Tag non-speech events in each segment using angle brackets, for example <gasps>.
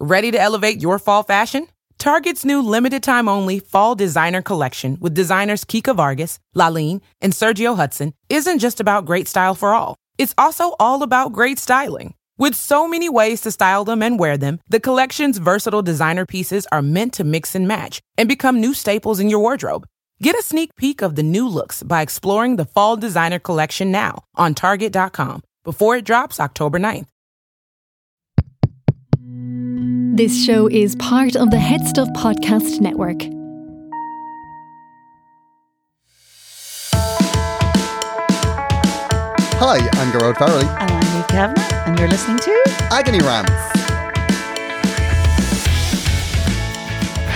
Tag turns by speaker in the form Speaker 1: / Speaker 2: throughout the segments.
Speaker 1: Ready to elevate your fall fashion? Target's new limited time only fall designer collection with designers Kika Vargas, Laleen, and Sergio Hudson isn't just about great style for all. It's also all about great styling. With so many ways to style them and wear them, the collection's versatile designer pieces are meant to mix and match and become new staples in your wardrobe. Get a sneak peek of the new looks by exploring the fall designer collection now on Target.com before it drops October 9th.
Speaker 2: This show is part of the Head Stuff Podcast Network.
Speaker 3: Hi, I'm Gerard Farrelly.
Speaker 4: And I'm Eve Kavanagh, and you're listening to
Speaker 3: Agony Rants.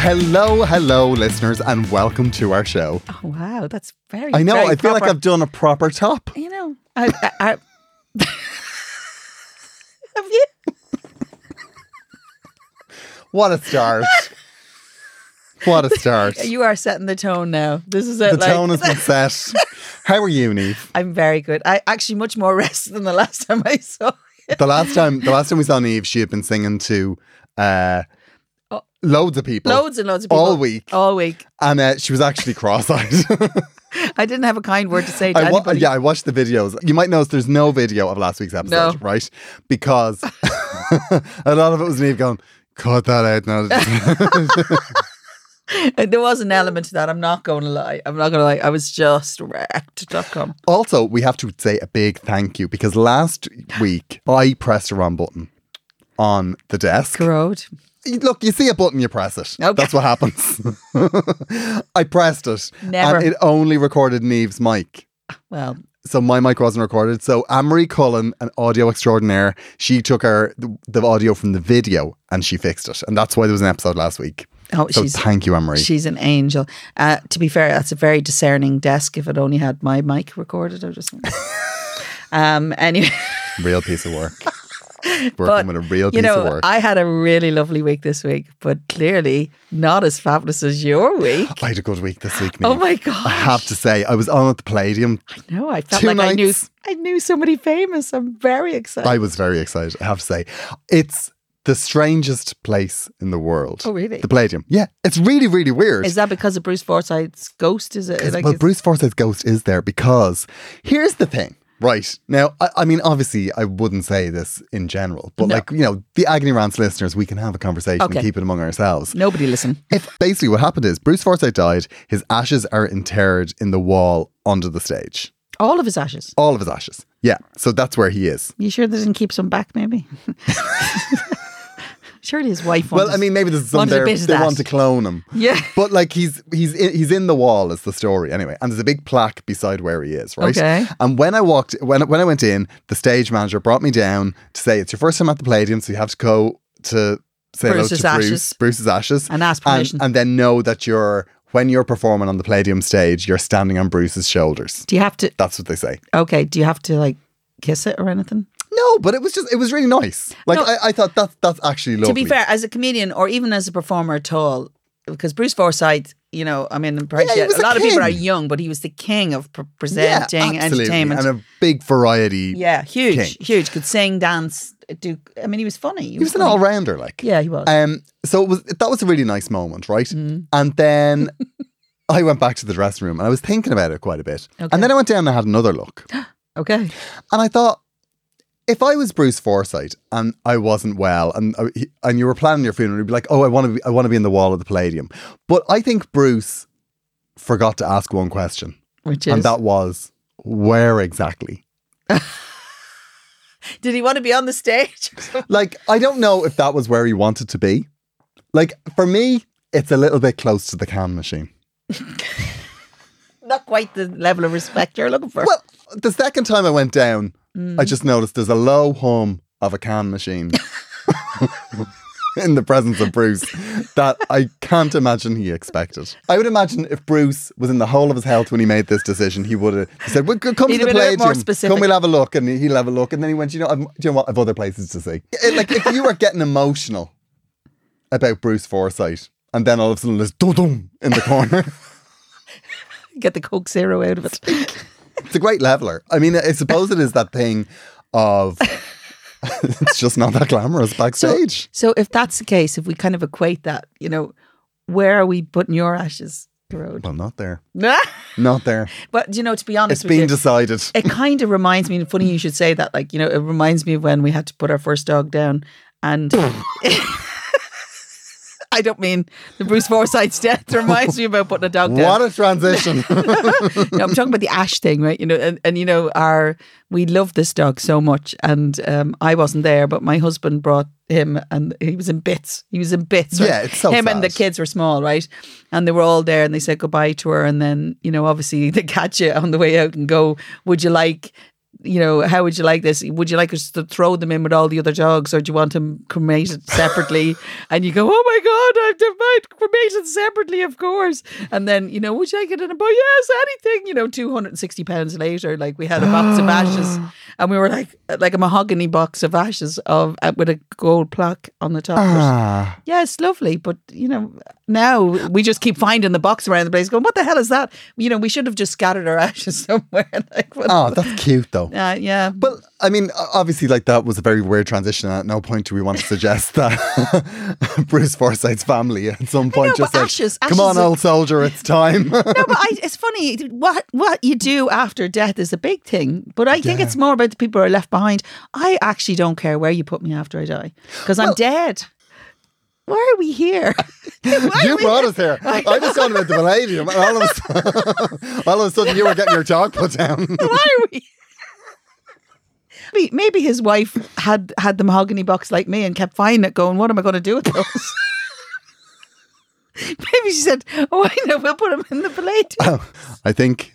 Speaker 3: Hello, hello, listeners, and welcome to our show.
Speaker 4: Oh wow, that's very.
Speaker 3: I know,
Speaker 4: very
Speaker 3: I feel like
Speaker 4: proper.
Speaker 3: I've done a proper top.
Speaker 4: You know, I, I, I
Speaker 3: <laughs>
Speaker 4: have you.
Speaker 3: What a start. what a start.
Speaker 4: You <laughs> are setting the tone now. This is it.
Speaker 3: the
Speaker 4: like-
Speaker 3: tone has
Speaker 4: <laughs>
Speaker 3: been set. How are you, Neve?
Speaker 4: I'm very good. I actually much more <laughs> rested than the last time
Speaker 3: <laughs>
Speaker 4: I saw. you.
Speaker 3: The last time the last time we saw Neve, she had been singing to uh, loads of people.
Speaker 4: Oh. Loads and loads of people
Speaker 3: All week.
Speaker 4: All week.
Speaker 3: and uh, she was actually cross-eyed. <laughs>
Speaker 4: I didn't have a kind word to say to
Speaker 3: I wa-
Speaker 4: anybody.
Speaker 3: yeah, I watched the videos. You might notice there's no video of last week's episode,
Speaker 4: No.
Speaker 3: right?
Speaker 4: <laughs>
Speaker 3: Because <laughs> a lot of it was Neve going, cut that out now.
Speaker 4: <laughs> <laughs> There was an element to that. I'm not going to lie. I'm not going to lie. I was just wrecked. Dot com.
Speaker 3: also, we have to say a big thank you because last week I pressed a wrong button on the desk.
Speaker 4: Corrode.
Speaker 3: Look, you see a button, you press it.
Speaker 4: Okay.
Speaker 3: That's what happens. <laughs> I pressed it.
Speaker 4: Never.
Speaker 3: And it only recorded Neve's mic.
Speaker 4: Well,
Speaker 3: so my mic wasn't recorded. So Anne-Marie Cullen, an audio extraordinaire, she took her the, the audio from the video and she fixed it, and that's why there was an episode last week.
Speaker 4: oh,
Speaker 3: So
Speaker 4: she's
Speaker 3: thank you, Anne-Marie.
Speaker 4: She's an angel. Uh, to be fair, that's a very discerning desk. If it only had my mic recorded, I just.
Speaker 3: <laughs>
Speaker 4: um. Anyway,
Speaker 3: real piece of
Speaker 4: <laughs>
Speaker 3: work. Working
Speaker 4: but
Speaker 3: with a real piece
Speaker 4: you know,
Speaker 3: of work. I,
Speaker 4: I had a really lovely week this week, but clearly not as fabulous as your week.
Speaker 3: had a good week this week.
Speaker 4: Oh
Speaker 3: Niamh.
Speaker 4: my
Speaker 3: I
Speaker 4: god!
Speaker 3: have to say, I was on at the Palladium.
Speaker 4: No, I felt
Speaker 3: Two
Speaker 4: like I knew
Speaker 3: nights.
Speaker 4: I knew somebody famous. I'm very excited.
Speaker 3: I was very excited. I have to say, it's the strangest place in the world.
Speaker 4: Oh, really?
Speaker 3: The Palladium. Yeah, it's really, really weird.
Speaker 4: Is that because of Bruce Forsyth's ghost? Is it?
Speaker 3: 'Cause-
Speaker 4: Like
Speaker 3: well,
Speaker 4: is-
Speaker 3: Bruce Forsyth's ghost is there because here's the thing. Right. Now, I, I mean, obviously, I wouldn't say this in general, but
Speaker 4: No.
Speaker 3: like, you know, the Agony Rants listeners, we can have a conversation
Speaker 4: Okay.
Speaker 3: and keep it among ourselves.
Speaker 4: Nobody listen.
Speaker 3: If basically what happened is Bruce Forsyth died, his ashes are interred in the wall under the stage.
Speaker 4: All of his ashes.
Speaker 3: All of his ashes. Yeah. So that's where he is.
Speaker 4: You sure they didn't keep some
Speaker 3: <laughs>
Speaker 4: back? Maybe. <laughs> Surely his wife. Wanted,
Speaker 3: well, I mean, maybe there's some
Speaker 4: wanted
Speaker 3: there.
Speaker 4: a bit of
Speaker 3: They
Speaker 4: that.
Speaker 3: want to clone him.
Speaker 4: Yeah.
Speaker 3: <laughs> But like he's he's in, he's in the wall is the story anyway, and there's a big plaque beside where he is, right?
Speaker 4: Okay.
Speaker 3: And when I walked when when I went in, the stage manager brought me down to say it's your first time at the Palladium, so you have to go to say hello
Speaker 4: Bruce's
Speaker 3: to Bruce,
Speaker 4: ashes.
Speaker 3: Bruce's ashes,
Speaker 4: And ask permission.
Speaker 3: and, and then know that you're when you're performing on the Palladium stage, you're standing on Bruce's shoulders.
Speaker 4: Do you have to?
Speaker 3: That's what they say.
Speaker 4: Okay. Do you have to like kiss it or anything?
Speaker 3: No, but it was just it was really nice. Like
Speaker 4: No.
Speaker 3: I, I thought that that's actually lovely.
Speaker 4: To be fair, as a comedian or even as a performer at all, because Bruce Forsyth, you know, I mean, perhaps
Speaker 3: Yeah, he
Speaker 4: yet-
Speaker 3: was
Speaker 4: a
Speaker 3: a
Speaker 4: lot of people
Speaker 3: king.
Speaker 4: are young, but he was the king of pre-
Speaker 3: yeah,
Speaker 4: presenting
Speaker 3: absolutely.
Speaker 4: entertainment.
Speaker 3: and a big variety.
Speaker 4: yeah, huge,
Speaker 3: king.
Speaker 4: huge. Could sing, dance, do. I mean, he was funny.
Speaker 3: He was an
Speaker 4: funny.
Speaker 3: all rounder, like
Speaker 4: Yeah, he was. Mm-hmm.
Speaker 3: Um, so it was that was a really nice moment, right? And
Speaker 4: <laughs>
Speaker 3: then I went back to the dressing room and I was thinking about it quite a bit.
Speaker 4: Okay.
Speaker 3: And then I went down and I had another look,
Speaker 4: <gasps> okay.
Speaker 3: and I thought, if I was Bruce Forsyth and I wasn't well, and I- he- and you were planning your funeral, you'd be like, oh, I want to, be, I want to be in the wall of the Palladium. But I think Bruce forgot to ask one question,
Speaker 4: Which is.
Speaker 3: and that was where exactly.
Speaker 4: Did he want to be on the stage? <laughs>
Speaker 3: Like, I don't know if that was where he wanted to be. Like, for me, it's a little bit close to the can machine.
Speaker 4: Not quite the level of respect you're looking for.
Speaker 3: Well, the second time I went down, I just noticed there's a low hum of a can machine. <laughs> in the presence of Bruce that I can't imagine he expected. I would imagine if Bruce was in the whole of his health when he made this decision, he would have he said, well, "Come
Speaker 4: He'd
Speaker 3: to the
Speaker 4: have been a bit more
Speaker 3: Palladium,
Speaker 4: specific.
Speaker 3: come, we'll have a look," and he'll have a look, and then he went, "You know, I've, do you know what? I've other places to see." It- like if you were getting emotional about Bruce Forsyth, and then all of a sudden there's dum dum in the corner.
Speaker 4: Get the Coke Zero out of it.
Speaker 3: It's a great leveler. I mean, I suppose it is that thing
Speaker 4: <laughs>
Speaker 3: of it's just not that glamorous backstage.
Speaker 4: So if that's the case, if we kind of equate that, you know, where are we putting your ashes? The
Speaker 3: <laughs>
Speaker 4: road.
Speaker 3: well, not there. Not there.
Speaker 4: but you know, to be honest
Speaker 3: It's
Speaker 4: with you,
Speaker 3: been decided.
Speaker 4: it kind of reminds me. and Funny you should say that. Like you know, it reminds me of when we had to put our first dog down,
Speaker 3: <laughs>
Speaker 4: and <laughs> I don't mean the Bruce Forsyth's
Speaker 3: <laughs>
Speaker 4: death. Reminds me about putting a dog down.
Speaker 3: What a
Speaker 4: <laughs>
Speaker 3: transition.
Speaker 4: no, I'm talking about the ash thing, right? You know, and, and you know, our we love this dog so much, and um, I wasn't there, but my husband brought him, and he was in bits. He was in bits. right?
Speaker 3: Yeah, it's so
Speaker 4: him and the
Speaker 3: sad.
Speaker 4: kids were small, right? And they were all there, and they said goodbye to her, and then you know, obviously <laughs> they catch you on the way out and go, "Would you like?" You know, how would you like this? Would you like us to throw them in with all the other dogs, or do you want them cremated separately? and you go, oh my god, I've done mine cremated separately, of course. And then you know, would you like it in a bowl? Yes, anything. You know, two hundred and sixty pounds later, like we had a box of ashes, and we were like like a mahogany box of ashes of uh, with a gold plaque on the top. of it.
Speaker 3: <laughs> Ah,
Speaker 4: Yeah, it's lovely, but you know, now we just keep finding the box around the place, going, "What the hell is that?" You know, we should have just scattered our <laughs> ashes somewhere. like, what-
Speaker 3: oh, that's cute though.
Speaker 4: uh, yeah, but
Speaker 3: Well, I mean, o- obviously, like that was a very weird transition. and At no point do we want to suggest that <laughs> Bruce Forsyth's family at some point
Speaker 4: know,
Speaker 3: just
Speaker 4: but
Speaker 3: said,
Speaker 4: ashes-
Speaker 3: "Come on,
Speaker 4: ashes are-
Speaker 3: old soldier, it's time."
Speaker 4: no, but I, it's funny what what you do after death is a big thing, but I think it's more about the people who are left behind. I actually don't care where you put me after I die because I'm dead. Why are we here? <laughs> <laughs> Why
Speaker 3: <laughs>
Speaker 4: are
Speaker 3: you
Speaker 4: we
Speaker 3: brought
Speaker 4: here?
Speaker 3: us here. I just thought about the Palladium, and all of, a sudden, <laughs> all of a sudden, you were getting your dog put down.
Speaker 4: Why are <laughs> we? Maybe- Maybe his wife had had the mahogany box like me and kept finding it, going, "What am I going to do with those?" <laughs> Maybe she said, "Oh, I know. We'll put them in the plate."
Speaker 3: I think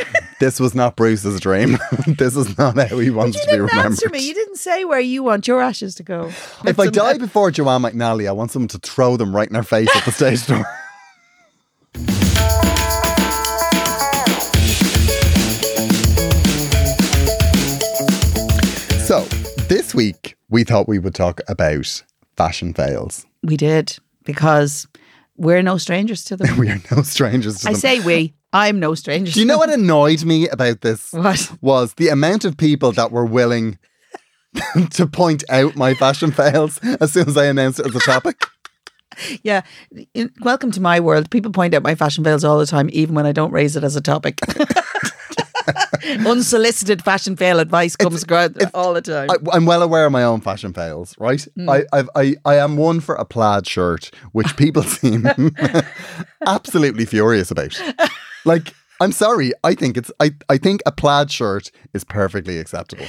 Speaker 3: <laughs> this was not Bruce's dream. <laughs> this is not how he wants
Speaker 4: you
Speaker 3: to be
Speaker 4: didn't
Speaker 3: remembered.
Speaker 4: answer me. You uh, didn't say where you want your ashes to go.
Speaker 3: If I die before Joanne McNally, I want someone to throw them right in her face at the stage door. <laughs> so, this week we thought we would talk about fashion fails. <laughs>
Speaker 4: we did because we're no strangers to
Speaker 3: <laughs>
Speaker 4: them.
Speaker 3: We are no strangers to
Speaker 4: I
Speaker 3: them.
Speaker 4: say we. I'm no stranger.
Speaker 3: Do you know what annoyed me about this?
Speaker 4: What?
Speaker 3: was the amount of people that were willing <laughs> to point out my fashion fails as soon as I announced it as a topic.
Speaker 4: Yeah. In- welcome to my world. People point out my fashion fails all the time, even when I don't raise it as
Speaker 3: <laughs>
Speaker 4: a topic. Unsolicited fashion fail advice comes across all the time.
Speaker 3: I, I'm well aware of my own fashion fails, right?
Speaker 4: Hmm.
Speaker 3: I, I've, I I am one for a plaid shirt, which people <laughs> seem absolutely furious about. Like, I'm sorry, I think it's I, I think a plaid shirt is perfectly acceptable.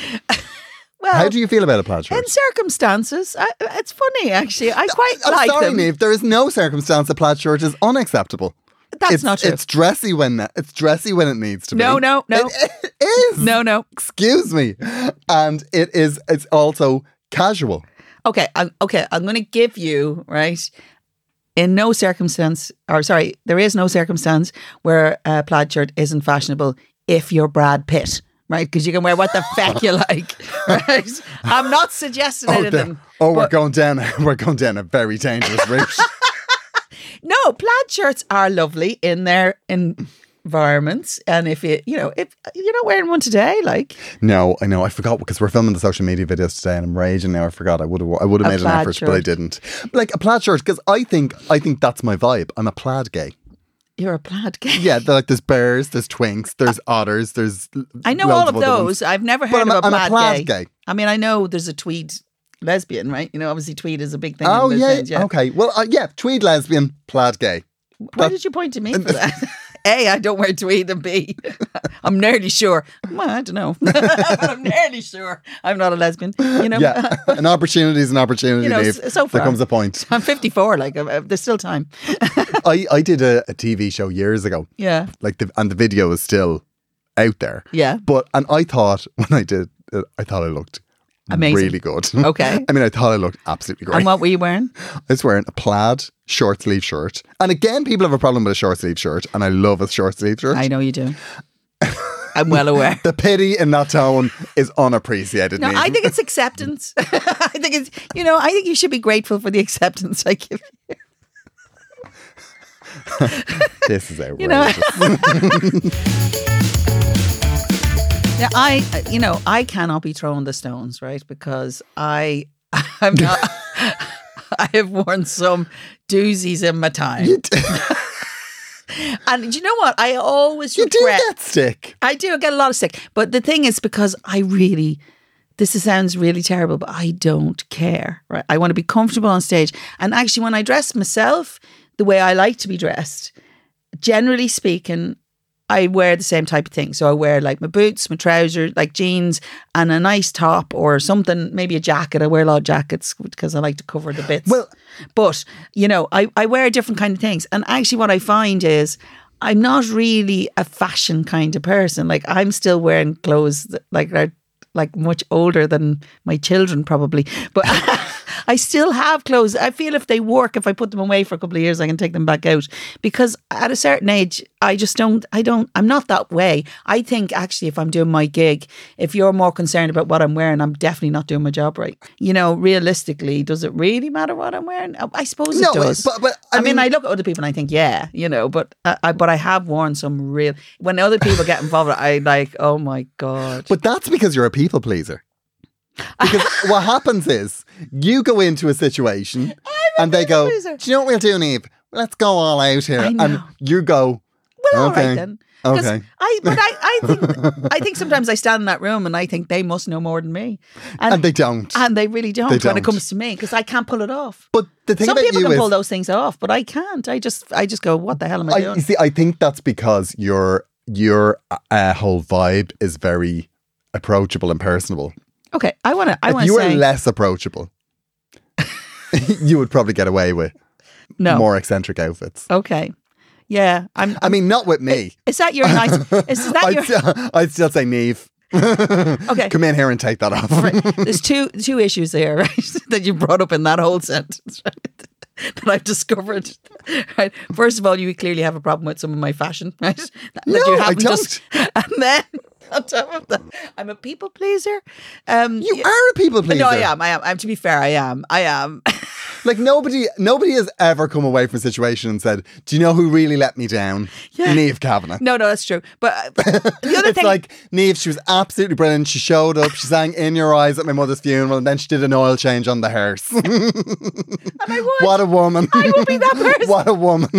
Speaker 4: well,
Speaker 3: How do you feel about a plaid shirt?
Speaker 4: in circumstances, I, it's funny actually. I quite
Speaker 3: I'm
Speaker 4: like
Speaker 3: sorry,
Speaker 4: them.
Speaker 3: Neve. There is no circumstance a plaid shirt is unacceptable.
Speaker 4: That's
Speaker 3: it's,
Speaker 4: not true.
Speaker 3: It's dressy when it's dressy when it needs to
Speaker 4: No,
Speaker 3: be.
Speaker 4: no, no.
Speaker 3: It- it is.
Speaker 4: No, no.
Speaker 3: Excuse me. And it is. It's also casual.
Speaker 4: Okay, I'm, okay. I'm going to give you right. In no circumstance, or sorry, there is no circumstance where a plaid shirt isn't fashionable if you're Brad Pitt, right? Because you can wear what the feck you like, right? I'm not suggesting
Speaker 3: Oh,
Speaker 4: anything.
Speaker 3: the- oh we're going down. We're going down a <laughs> very dangerous route.
Speaker 4: <laughs> No, plaid shirts are lovely in their environments, and if you, you know, if you're not wearing one today, like
Speaker 3: no, I know. I forgot because we're filming the social media videos today, and I'm raging now. I forgot. I would have. I would
Speaker 4: A
Speaker 3: have made an
Speaker 4: plaid
Speaker 3: effort, but I
Speaker 4: shirt.
Speaker 3: didn't. But like a plaid shirt, because I think. I think that's my vibe. I'm a plaid gay.
Speaker 4: you're a plaid guy.
Speaker 3: Yeah, they're like there's bears, there's twinks, there's otters, there's.
Speaker 4: I know
Speaker 3: loads
Speaker 4: all of
Speaker 3: other ones.
Speaker 4: those. I've never
Speaker 3: But
Speaker 4: heard
Speaker 3: I'm a-
Speaker 4: of a
Speaker 3: I'm a
Speaker 4: plaid,
Speaker 3: plaid
Speaker 4: gay.
Speaker 3: gay.
Speaker 4: I mean, I know there's a tweed lesbian, right? You know, obviously tweed is a big thing. in
Speaker 3: Oh
Speaker 4: those
Speaker 3: yeah,
Speaker 4: days, yeah.
Speaker 3: Okay. Well, uh, yeah. Tweed lesbian, plaid
Speaker 4: <laughs>
Speaker 3: gay.
Speaker 4: Why did you point to me for that? <laughs> A, I don't wear tweed, and B, <laughs> I'm nearly sure. Well, I don't know. <laughs> I'm nearly sure I'm not a lesbian. You know,
Speaker 3: Yeah. <laughs> an opportunity is an opportunity.
Speaker 4: You know,
Speaker 3: Dave.
Speaker 4: s- so
Speaker 3: there
Speaker 4: far.
Speaker 3: comes a point.
Speaker 4: <laughs> I'm 54. Like, I'm- I'm- there's still time.
Speaker 3: I I did a, a TV show years ago.
Speaker 4: Yeah,
Speaker 3: Like the and the video is still out there.
Speaker 4: yeah.
Speaker 3: <laughs> But and I uh, thought when I did, it, I thought I looked
Speaker 4: Amazing.
Speaker 3: Really good. <laughs>
Speaker 4: Okay.
Speaker 3: I mean, I thought I looked absolutely great.
Speaker 4: And what were you wearing?
Speaker 3: I was wearing a plaid short sleeve shirt. And again, people have a problem with a short sleeve shirt, and I love a short sleeve shirt.
Speaker 4: I know you do. I'm well aware.
Speaker 3: <laughs> The pity in that tone is unappreciated.
Speaker 4: No,
Speaker 3: Niamh.
Speaker 4: I think it's acceptance. <laughs> I think it's you know, I think you should be grateful for the acceptance I give. you.
Speaker 3: this is outrageous.
Speaker 4: know- <laughs> Now, I uh, you know, I cannot be throwing the stones, right? Because I <laughs> I'm not I have worn some doozies in my
Speaker 3: <laughs>
Speaker 4: time.
Speaker 3: you, d-
Speaker 4: And you know what? I always
Speaker 3: you do
Speaker 4: regret
Speaker 3: get sick.
Speaker 4: I do. I get a lot of sick. But the thing is, because I really, this is- sounds really terrible, but I don't care. Right? I want to be comfortable on stage. And actually, when I dress myself the way I like to be dressed, generally speaking, I wear the same type of thing. So I wear like my boots, my trousers, like jeans, and a nice top or something, maybe a jacket. I wear a lot of jackets because I like to cover the bits.
Speaker 3: Well-
Speaker 4: but you know, I, I wear different kind of things. And actually, what I find is I'm not really a fashion kind of person. Like I'm still wearing clothes that, like are like much older than my children probably, but. <laughs> I still have clothes. I feel if they work, if I put them away for a couple of years, I can take them back out. Because at a certain age, I just don't, I don't, I'm not that way. I think actually, if I'm doing my gig, if you're more concerned about what I'm wearing, I'm definitely not doing my job right. You know, realistically, does it really matter what I'm wearing? I- I suppose
Speaker 3: No,
Speaker 4: it does.
Speaker 3: but- but, I
Speaker 4: I, mean,
Speaker 3: mean-
Speaker 4: I look at other people and I think, yeah, you know, but I, I but I have worn some real. When other people get involved, I like, oh my god.
Speaker 3: But that's because you're a people pleaser.
Speaker 4: <laughs>
Speaker 3: Because what happens is you go into a situation and they go,
Speaker 4: pleaser.
Speaker 3: Do you know what we'll do, Neve? Let's go all out here.
Speaker 4: I know.
Speaker 3: And you go,
Speaker 4: Well, all right
Speaker 3: Okay.
Speaker 4: then. 'Cause
Speaker 3: Okay.
Speaker 4: I but I, I
Speaker 3: <laughs>
Speaker 4: think I think sometimes I stand in that room and I think they must know more than me,
Speaker 3: and, they don't.
Speaker 4: and they really don't, when
Speaker 3: don't.
Speaker 4: it comes to me because I can't pull it off.
Speaker 3: but the thing
Speaker 4: Some
Speaker 3: about
Speaker 4: people
Speaker 3: you
Speaker 4: can
Speaker 3: is,
Speaker 4: pull those things off, but I can't. I just I just go, what the hell am I,
Speaker 3: I, you
Speaker 4: doing?
Speaker 3: see, I think that's because your your uh, whole vibe is very approachable and personable.
Speaker 4: Okay, I want to I
Speaker 3: if
Speaker 4: want to
Speaker 3: you were
Speaker 4: say
Speaker 3: less approachable, <laughs> you would probably get away with
Speaker 4: no.
Speaker 3: more eccentric outfits.
Speaker 4: Okay, yeah, I'm.
Speaker 3: I mean, not with me.
Speaker 4: Is
Speaker 3: <laughs>
Speaker 4: that your nice? Is that
Speaker 3: I'd,
Speaker 4: your?
Speaker 3: still, I'd still say Neve.
Speaker 4: Okay.
Speaker 3: Come in here and take that off.
Speaker 4: There's two two issues there, <laughs> right? that you brought up in that whole sentence, right? That I've discovered. Right. First of all, you clearly have a problem with some of my fashion, right? That,
Speaker 3: No, I
Speaker 4: haven't and then on top of that, I'm a people pleaser.
Speaker 3: <laughs>
Speaker 4: Um,
Speaker 3: you are a people pleaser.
Speaker 4: No, I am. I am. I'm. To be fair, I am. I am.
Speaker 3: Like nobody, nobody has ever come away from a situation and said, "Do you know who really let me down?
Speaker 4: Yeah.
Speaker 3: Neve Kavanagh."
Speaker 4: <laughs> no, no, that's true. But uh, the other
Speaker 3: it's
Speaker 4: thing,
Speaker 3: like Neve, she was absolutely brilliant. She showed up, she sang "In Your Eyes" at my mother's funeral, and then she did an oil change on the hearse.
Speaker 4: and I would.
Speaker 3: what a woman!
Speaker 4: I would
Speaker 3: <laughs>
Speaker 4: be that person.
Speaker 3: what a woman!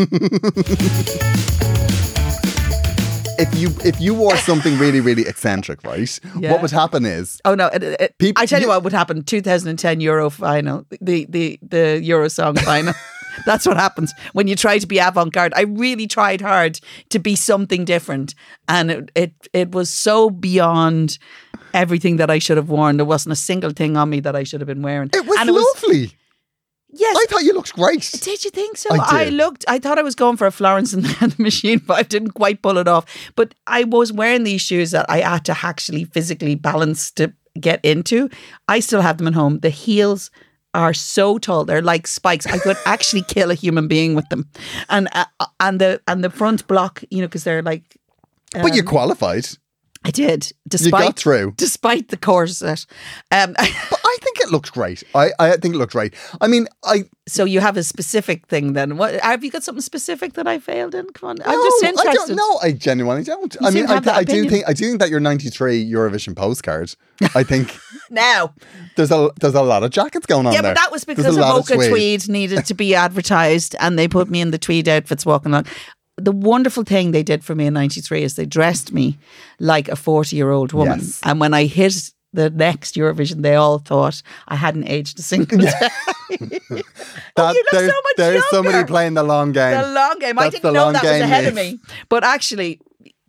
Speaker 3: if you if you wore something really really eccentric, right?
Speaker 4: Yeah.
Speaker 3: What would happen is
Speaker 4: Oh no! It, it- it-
Speaker 3: Peop-
Speaker 4: I tell you,
Speaker 3: you-
Speaker 4: what would happen: 2010 Euro final, the the the
Speaker 3: <laughs>
Speaker 4: Euro song final. That's what happens when you try to be avant-garde. I really tried hard to be something different, and it it, it was so beyond everything that I should have worn. There wasn't a single thing on me that I should have been wearing.
Speaker 3: it was
Speaker 4: and
Speaker 3: lovely.
Speaker 4: yes,
Speaker 3: I thought you looked great.
Speaker 4: did you think so?
Speaker 3: I
Speaker 4: I,
Speaker 3: did.
Speaker 4: looked. I thought I was going for a Florence and <laughs> the Machine, but I didn't quite pull it off. But I was wearing these shoes that I had to actually physically balance to get into. I still have them at home. The heels are so tall; they're like spikes. I could actually <laughs> kill a human being with them. And uh, and the and the front block, you know, because they're like.
Speaker 3: but you qualified.
Speaker 4: I did, despite
Speaker 3: through.
Speaker 4: despite the corset. Um, <laughs>
Speaker 3: But I think it looked great. I, I think it looked great. I mean, I
Speaker 4: so you have a specific thing then. What have you got something specific that I failed in? Come on, I'm
Speaker 3: no,
Speaker 4: just
Speaker 3: I
Speaker 4: interested.
Speaker 3: don't know. I genuinely don't. I
Speaker 4: seem
Speaker 3: mean,
Speaker 4: to
Speaker 3: I,
Speaker 4: have
Speaker 3: th-
Speaker 4: that
Speaker 3: I do
Speaker 4: opinion.
Speaker 3: think I do think that your '93 Eurovision postcard. I
Speaker 4: <laughs>
Speaker 3: think
Speaker 4: Now,
Speaker 3: there's a there's a lot of jackets going on
Speaker 4: yeah,
Speaker 3: there.
Speaker 4: but that was
Speaker 3: There's
Speaker 4: because
Speaker 3: a lot of
Speaker 4: Evoca
Speaker 3: tweed.
Speaker 4: tweed. needed
Speaker 3: <laughs>
Speaker 4: to be advertised, and they put me in the tweed outfits walking along. The wonderful thing they did for me in '93 is they dressed me like a 40 year old woman.
Speaker 3: Yes.
Speaker 4: And when I hit the next Eurovision, they all thought I hadn't aged
Speaker 3: <laughs>
Speaker 4: a single day. <laughs>
Speaker 3: That-
Speaker 4: Oh, you look so
Speaker 3: there's,
Speaker 4: much
Speaker 3: there's somebody
Speaker 4: younger.
Speaker 3: playing the long game.
Speaker 4: the long game. I
Speaker 3: That's the
Speaker 4: didn't know
Speaker 3: long
Speaker 4: that was
Speaker 3: game,
Speaker 4: ahead of
Speaker 3: Niamh.
Speaker 4: me. But actually,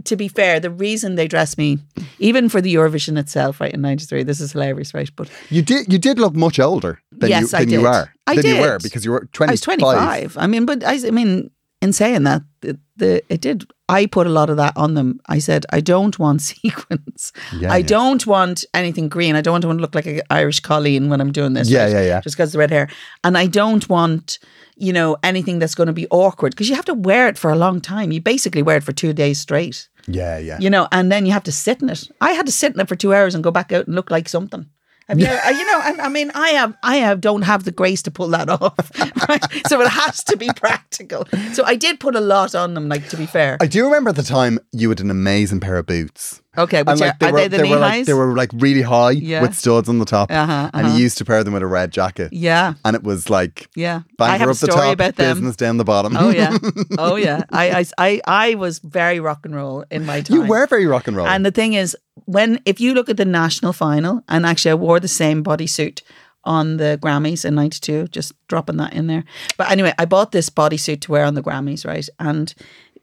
Speaker 4: to be fair, the reason they dressed me, even for the Eurovision itself, right in '93, this is hilarious, right? But
Speaker 3: you did you did look much older than
Speaker 4: Yes,
Speaker 3: you
Speaker 4: I
Speaker 3: than you
Speaker 4: did.
Speaker 3: are
Speaker 4: I
Speaker 3: than you
Speaker 4: did.
Speaker 3: were because you were 25.
Speaker 4: I was 25. I mean, but I, I mean, in saying that, the, the it did. I put a lot of that on them. I said, I don't want <laughs> sequins.
Speaker 3: Yeah,
Speaker 4: I
Speaker 3: yeah.
Speaker 4: don't want anything green. I don't want to look like an Irish Colleen when I'm doing this.
Speaker 3: Yeah,
Speaker 4: right?
Speaker 3: yeah, yeah.
Speaker 4: Just because the red hair, and I don't want you know anything that's going to be awkward because you have to wear it for a long time. You basically wear it for two days straight.
Speaker 3: Yeah, yeah.
Speaker 4: You know, and then you have to sit in it. I had to sit in it for two hours and go back out and look like something. Have you, uh, you know, I, I mean, I have, I have, don't have the grace to pull that off. <laughs> Right? so it has to be practical. So I did put a lot on them, like to be fair.
Speaker 3: I do remember at the time you had an amazing pair of boots.
Speaker 4: okay,
Speaker 3: And
Speaker 4: which
Speaker 3: like
Speaker 4: are,
Speaker 3: they
Speaker 4: are
Speaker 3: were,
Speaker 4: they the knee
Speaker 3: were like
Speaker 4: highs?
Speaker 3: they were like really high
Speaker 4: Yeah.
Speaker 3: with studs on the top,
Speaker 4: Uh-huh,
Speaker 3: and
Speaker 4: uh-huh.
Speaker 3: you used to pair them with a red jacket.
Speaker 4: yeah,
Speaker 3: and it was like
Speaker 4: yeah.
Speaker 3: banger
Speaker 4: I have a
Speaker 3: up the
Speaker 4: story
Speaker 3: top,
Speaker 4: about them.
Speaker 3: business down the bottom.
Speaker 4: Oh yeah, oh yeah. I, I, I, I was very rock and roll in my
Speaker 3: <laughs>
Speaker 4: time.
Speaker 3: you were very rock and roll.
Speaker 4: And the thing is, when if you look at the national final, and actually I wore the same bodysuit on the Grammys in '92, just dropping that in there. But anyway, I bought this bodysuit to wear on the Grammys, right? And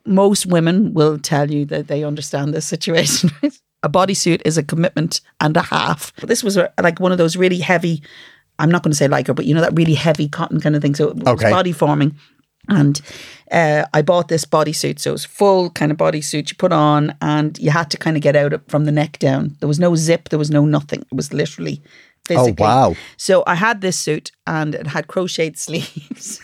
Speaker 4: most women will tell you that they understand this situation. <laughs> Right? A bodysuit is a commitment and a half. This was a, like one of those really heavy. I'm not going to say lycra, but you know that really heavy cotton kind of thing. So it was
Speaker 3: Okay.
Speaker 4: body forming. And uh, I bought this bodysuit. So it was full kind of bodysuit you put on, and you had to kind of get out it from the neck down. There was no zip, there was no nothing. It was literally physically.
Speaker 3: Oh, wow.
Speaker 4: So I had this suit, and it had crocheted <laughs> sleeves.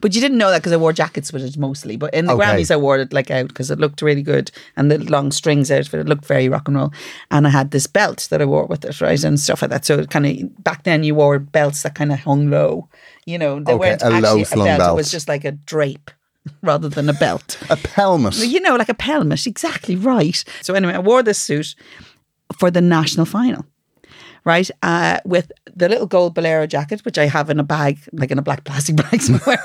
Speaker 4: But you didn't know that because I wore jackets with it mostly. But in the
Speaker 3: Okay.
Speaker 4: Grammys, I wore it like out because it looked really good, and the long strings out of it, it looked very rock and roll. And I had this belt that I wore with it, right, and stuff like that. So it kind of back then you wore belts that kind of hung low, you know. They
Speaker 3: Okay,
Speaker 4: weren't
Speaker 3: a low
Speaker 4: actually a
Speaker 3: slung
Speaker 4: belt;
Speaker 3: belt.
Speaker 4: it was just like a drape <laughs> rather than a belt.
Speaker 3: a pelmet.
Speaker 4: you know, like a pelmet, exactly right. So anyway, I wore this suit for the national final. Right, uh, with the little gold bolero jacket, which I have in a bag, like in a black plastic <laughs> bag somewhere.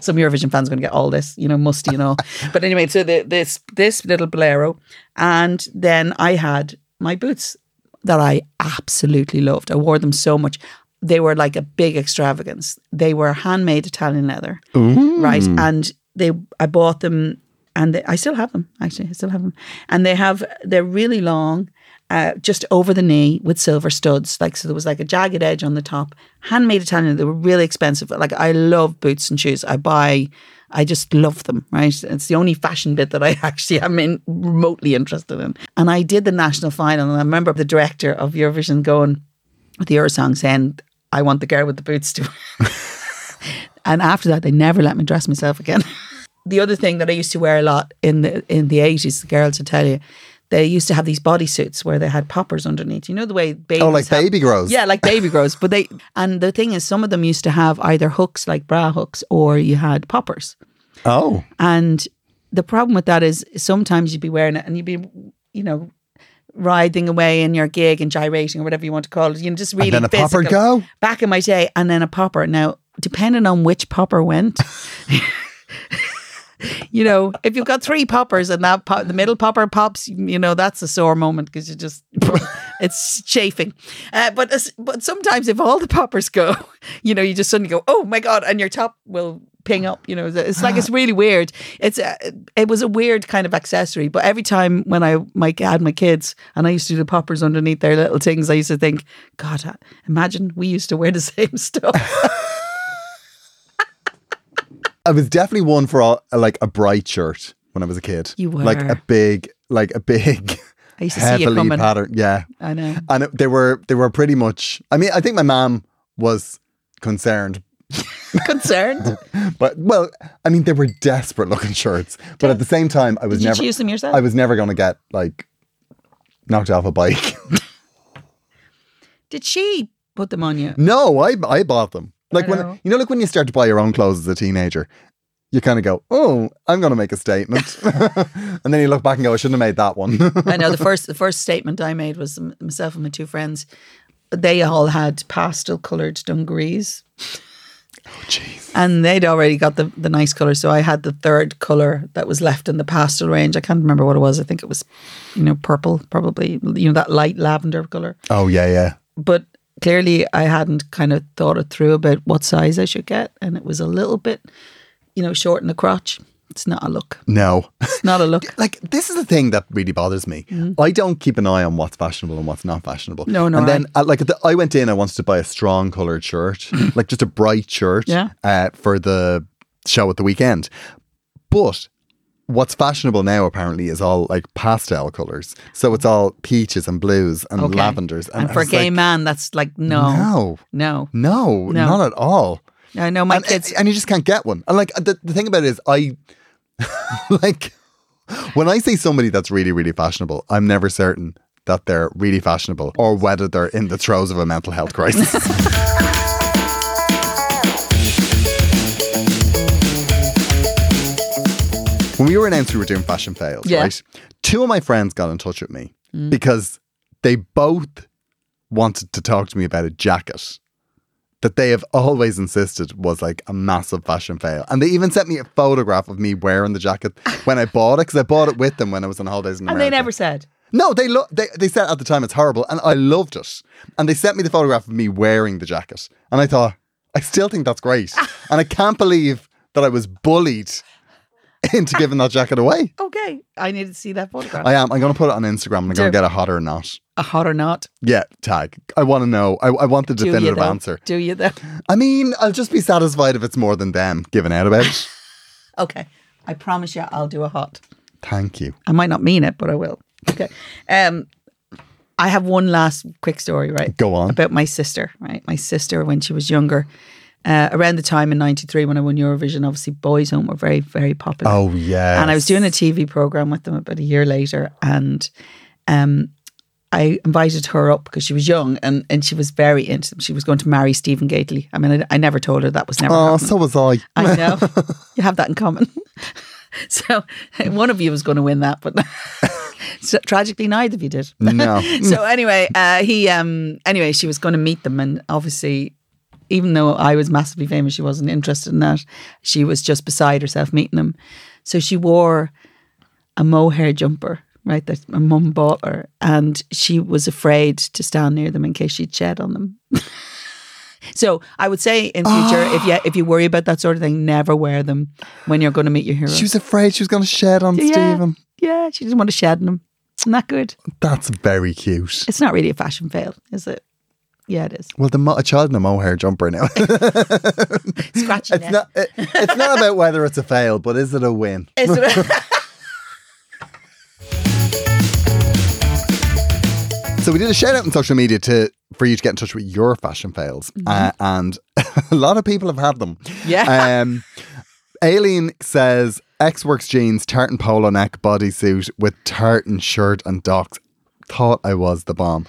Speaker 4: Some Eurovision fans are going to get all this, you know, musty and all. But anyway, so the, this this little bolero, and then I had my boots that I absolutely loved. I wore them so much; they were like a big extravagance. They were handmade Italian leather, right? And they, I bought them, and they, I still have them. Actually, I still have them, and they have they're really long. Uh, just over the knee with silver studs, like so. There was like a jagged edge on the top. Handmade Italian. They were really expensive. Like I love boots and shoes. I buy. I just love them, right? It's the only fashion bit that I <laughs> actually am in remotely interested in. And I did the national final, and I remember the director of Eurovision going with the Eurosong saying, "I want the girl with the boots to." <laughs> wear." and after that, they never let me dress myself again. <laughs> the other thing that I used to wear a lot in the in the eighties, the girls will tell you, they used to have these bodysuits where they had poppers underneath. You know the way babies
Speaker 3: Oh, like
Speaker 4: have-
Speaker 3: baby grows.
Speaker 4: yeah, like baby grows. But they and the thing is, some of them used to have either hooks like bra hooks or you had poppers.
Speaker 3: Oh,
Speaker 4: And the problem with that is sometimes you'd be wearing it and you'd be, you know, writhing away in your gig and gyrating or whatever you want to call it. You know, just really
Speaker 3: then a popper
Speaker 4: physical.
Speaker 3: go?
Speaker 4: Back in my day, and then a popper. Now, depending on which popper went. You know, if you've got three poppers and that pop, the middle popper pops, you know that's a sore moment because you just <laughs> it's chafing. Uh, but as- but sometimes if all the poppers go, <laughs> you know, you just suddenly go, oh my god, and your top will ping up. You know, it's like
Speaker 3: Ah.
Speaker 4: it's really weird. It's a, it was a weird kind of accessory. But every time when I my had my kids and I used to do the poppers underneath their little things, I used to think, God, I- imagine we used to wear the <laughs> same stuff.
Speaker 3: I was definitely one for all, like a bright shirt when I was a kid.
Speaker 4: You
Speaker 3: like a
Speaker 4: were.
Speaker 3: big, like a big,
Speaker 4: I used <laughs> to see you
Speaker 3: heavily
Speaker 4: coming.
Speaker 3: patterned. Yeah,
Speaker 4: I know.
Speaker 3: and it, they were they were pretty much. I mean, I think my mom was concerned, <laughs>
Speaker 4: Concerned?
Speaker 3: but well, I mean, they were desperate looking shirts. But at the same time, I was
Speaker 4: Did you
Speaker 3: never
Speaker 4: choose them yourself?
Speaker 3: I was never going to get like knocked off a bike. <laughs>
Speaker 4: Did she put them on you?
Speaker 3: No, I I bought them. Like when
Speaker 4: know.
Speaker 3: you know, like when you start to buy your own clothes as a teenager, you kind of go, "Oh, I'm going to make a statement," <laughs> and then you look back and go, "I shouldn't have made that one." <laughs>
Speaker 4: I know the first the first statement I made was m- myself and my two friends. They all had pastel coloured dungarees,
Speaker 3: Jeez.
Speaker 4: and they'd already got the, the nice colour. So I had the third colour that was left in the pastel range. I can't remember what it was. I think it was, you know, purple, probably. You know that light lavender colour.
Speaker 3: Oh yeah, yeah.
Speaker 4: But clearly, I hadn't kind of thought it through about what size I should get, and it was a little bit, you know, short in the crotch. It's not a look.
Speaker 3: No, <laughs>
Speaker 4: It's not a look.
Speaker 3: like this is the thing that really bothers me. I don't keep an eye on what's fashionable and what's not fashionable.
Speaker 4: Mm-hmm. No, nor
Speaker 3: And then, uh, like, the, I went
Speaker 4: <laughs>
Speaker 3: in. I wanted to buy a strong colored shirt, like just a bright shirt,
Speaker 4: Yeah.
Speaker 3: uh, for the show at the weekend. But what's fashionable now apparently is all like pastel colors. So it's all peaches and blues and
Speaker 4: Okay.
Speaker 3: lavenders.
Speaker 4: And,
Speaker 3: I
Speaker 4: for a
Speaker 3: was
Speaker 4: gay
Speaker 3: like,
Speaker 4: man, that's like no,
Speaker 3: no,
Speaker 4: no, uh,
Speaker 3: no,
Speaker 4: No.
Speaker 3: not at all.
Speaker 4: no, no. My
Speaker 3: and,
Speaker 4: kids,
Speaker 3: and you just can't get one. And like the, the thing about it is, I <laughs> like when I see somebody that's really, really fashionable, I'm never certain that they're really fashionable or whether they're in the throes of a mental health crisis. when we were announced we were doing fashion fails,
Speaker 4: Yeah.
Speaker 3: right? Two of my friends got in touch with me because they both wanted to talk to me about a jacket that they have always insisted was like a massive fashion fail. And they even sent me a photograph of me wearing the
Speaker 4: <laughs>
Speaker 3: jacket when I bought it because I bought it with them when I was on holidays in
Speaker 4: and
Speaker 3: America.
Speaker 4: they never said.
Speaker 3: No, they lo- they they said at the time it's horrible, and I loved it. And they sent me the photograph of me wearing the jacket, and I thought I still think that's
Speaker 4: <laughs>
Speaker 3: great, and I can't believe that I was bullied into giving that jacket away.
Speaker 4: Okay, I need to see that photograph.
Speaker 3: I am. I'm going to put it on Instagram. and I'm going
Speaker 4: Do-
Speaker 3: to get a hot or not.
Speaker 4: A hot or not?
Speaker 3: Yeah, tag. I want to know. I, I want the
Speaker 4: Do you
Speaker 3: definitive
Speaker 4: though?
Speaker 3: answer.
Speaker 4: Do you though? <laughs>
Speaker 3: I mean, I'll just be satisfied if it's more than them giving out about
Speaker 4: <laughs>
Speaker 3: it.
Speaker 4: Okay, I promise you, I'll do a hot.
Speaker 3: Thank you.
Speaker 4: I might not mean it, but I will. Okay. Um, I have one last quick story, right?
Speaker 3: Go on.
Speaker 4: About my sister, right? My sister, when she was younger, uh, around the time in 93 when I won Eurovision, obviously Boys Home were very, very popular.
Speaker 3: Oh yeah.
Speaker 4: And I was doing a TV program with them about a year later, and um, I invited her up because she was young and, and she was very into them. She was going to marry Stephen Gately. I mean, I, I never told her that was never.
Speaker 3: Oh,
Speaker 4: happening.
Speaker 3: so was I.
Speaker 4: I know. you have that in common. <laughs> so <laughs> one of you was going to win that, but <laughs> so, tragically neither of you did. <laughs>
Speaker 3: No.
Speaker 4: so anyway, uh, he um anyway, she was going to meet them and obviously even though I was massively famous, she wasn't interested in that. She was just beside herself meeting him. So she wore a mohair jumper, right, that my mum bought her. And she was afraid to stand near them in case she'd shed on them. <laughs> so I would say in future, if you if you worry about that sort of thing, never wear them when you're going to meet your hero.
Speaker 3: She was afraid she was going to shed on
Speaker 4: Yeah.
Speaker 3: Stephen.
Speaker 4: yeah, she didn't want to shed on him. Isn't that good?
Speaker 3: That's very cute.
Speaker 4: It's not really a fashion fail, is it? Yeah, it is.
Speaker 3: Well, the mo- a child in a mohair jumper now. <laughs>
Speaker 4: Scratching
Speaker 3: it's not. It, it's not about whether it's a fail, but is it a win? <laughs> So we did a shout out on social media to for you to get in touch with your fashion fails, uh, and <laughs> a lot of people have had them.
Speaker 4: Mm-hmm. Yeah.
Speaker 3: Um, Aileen says X works jeans, tartan polo neck bodysuit with tartan shirt and docks. Thought I was the bomb.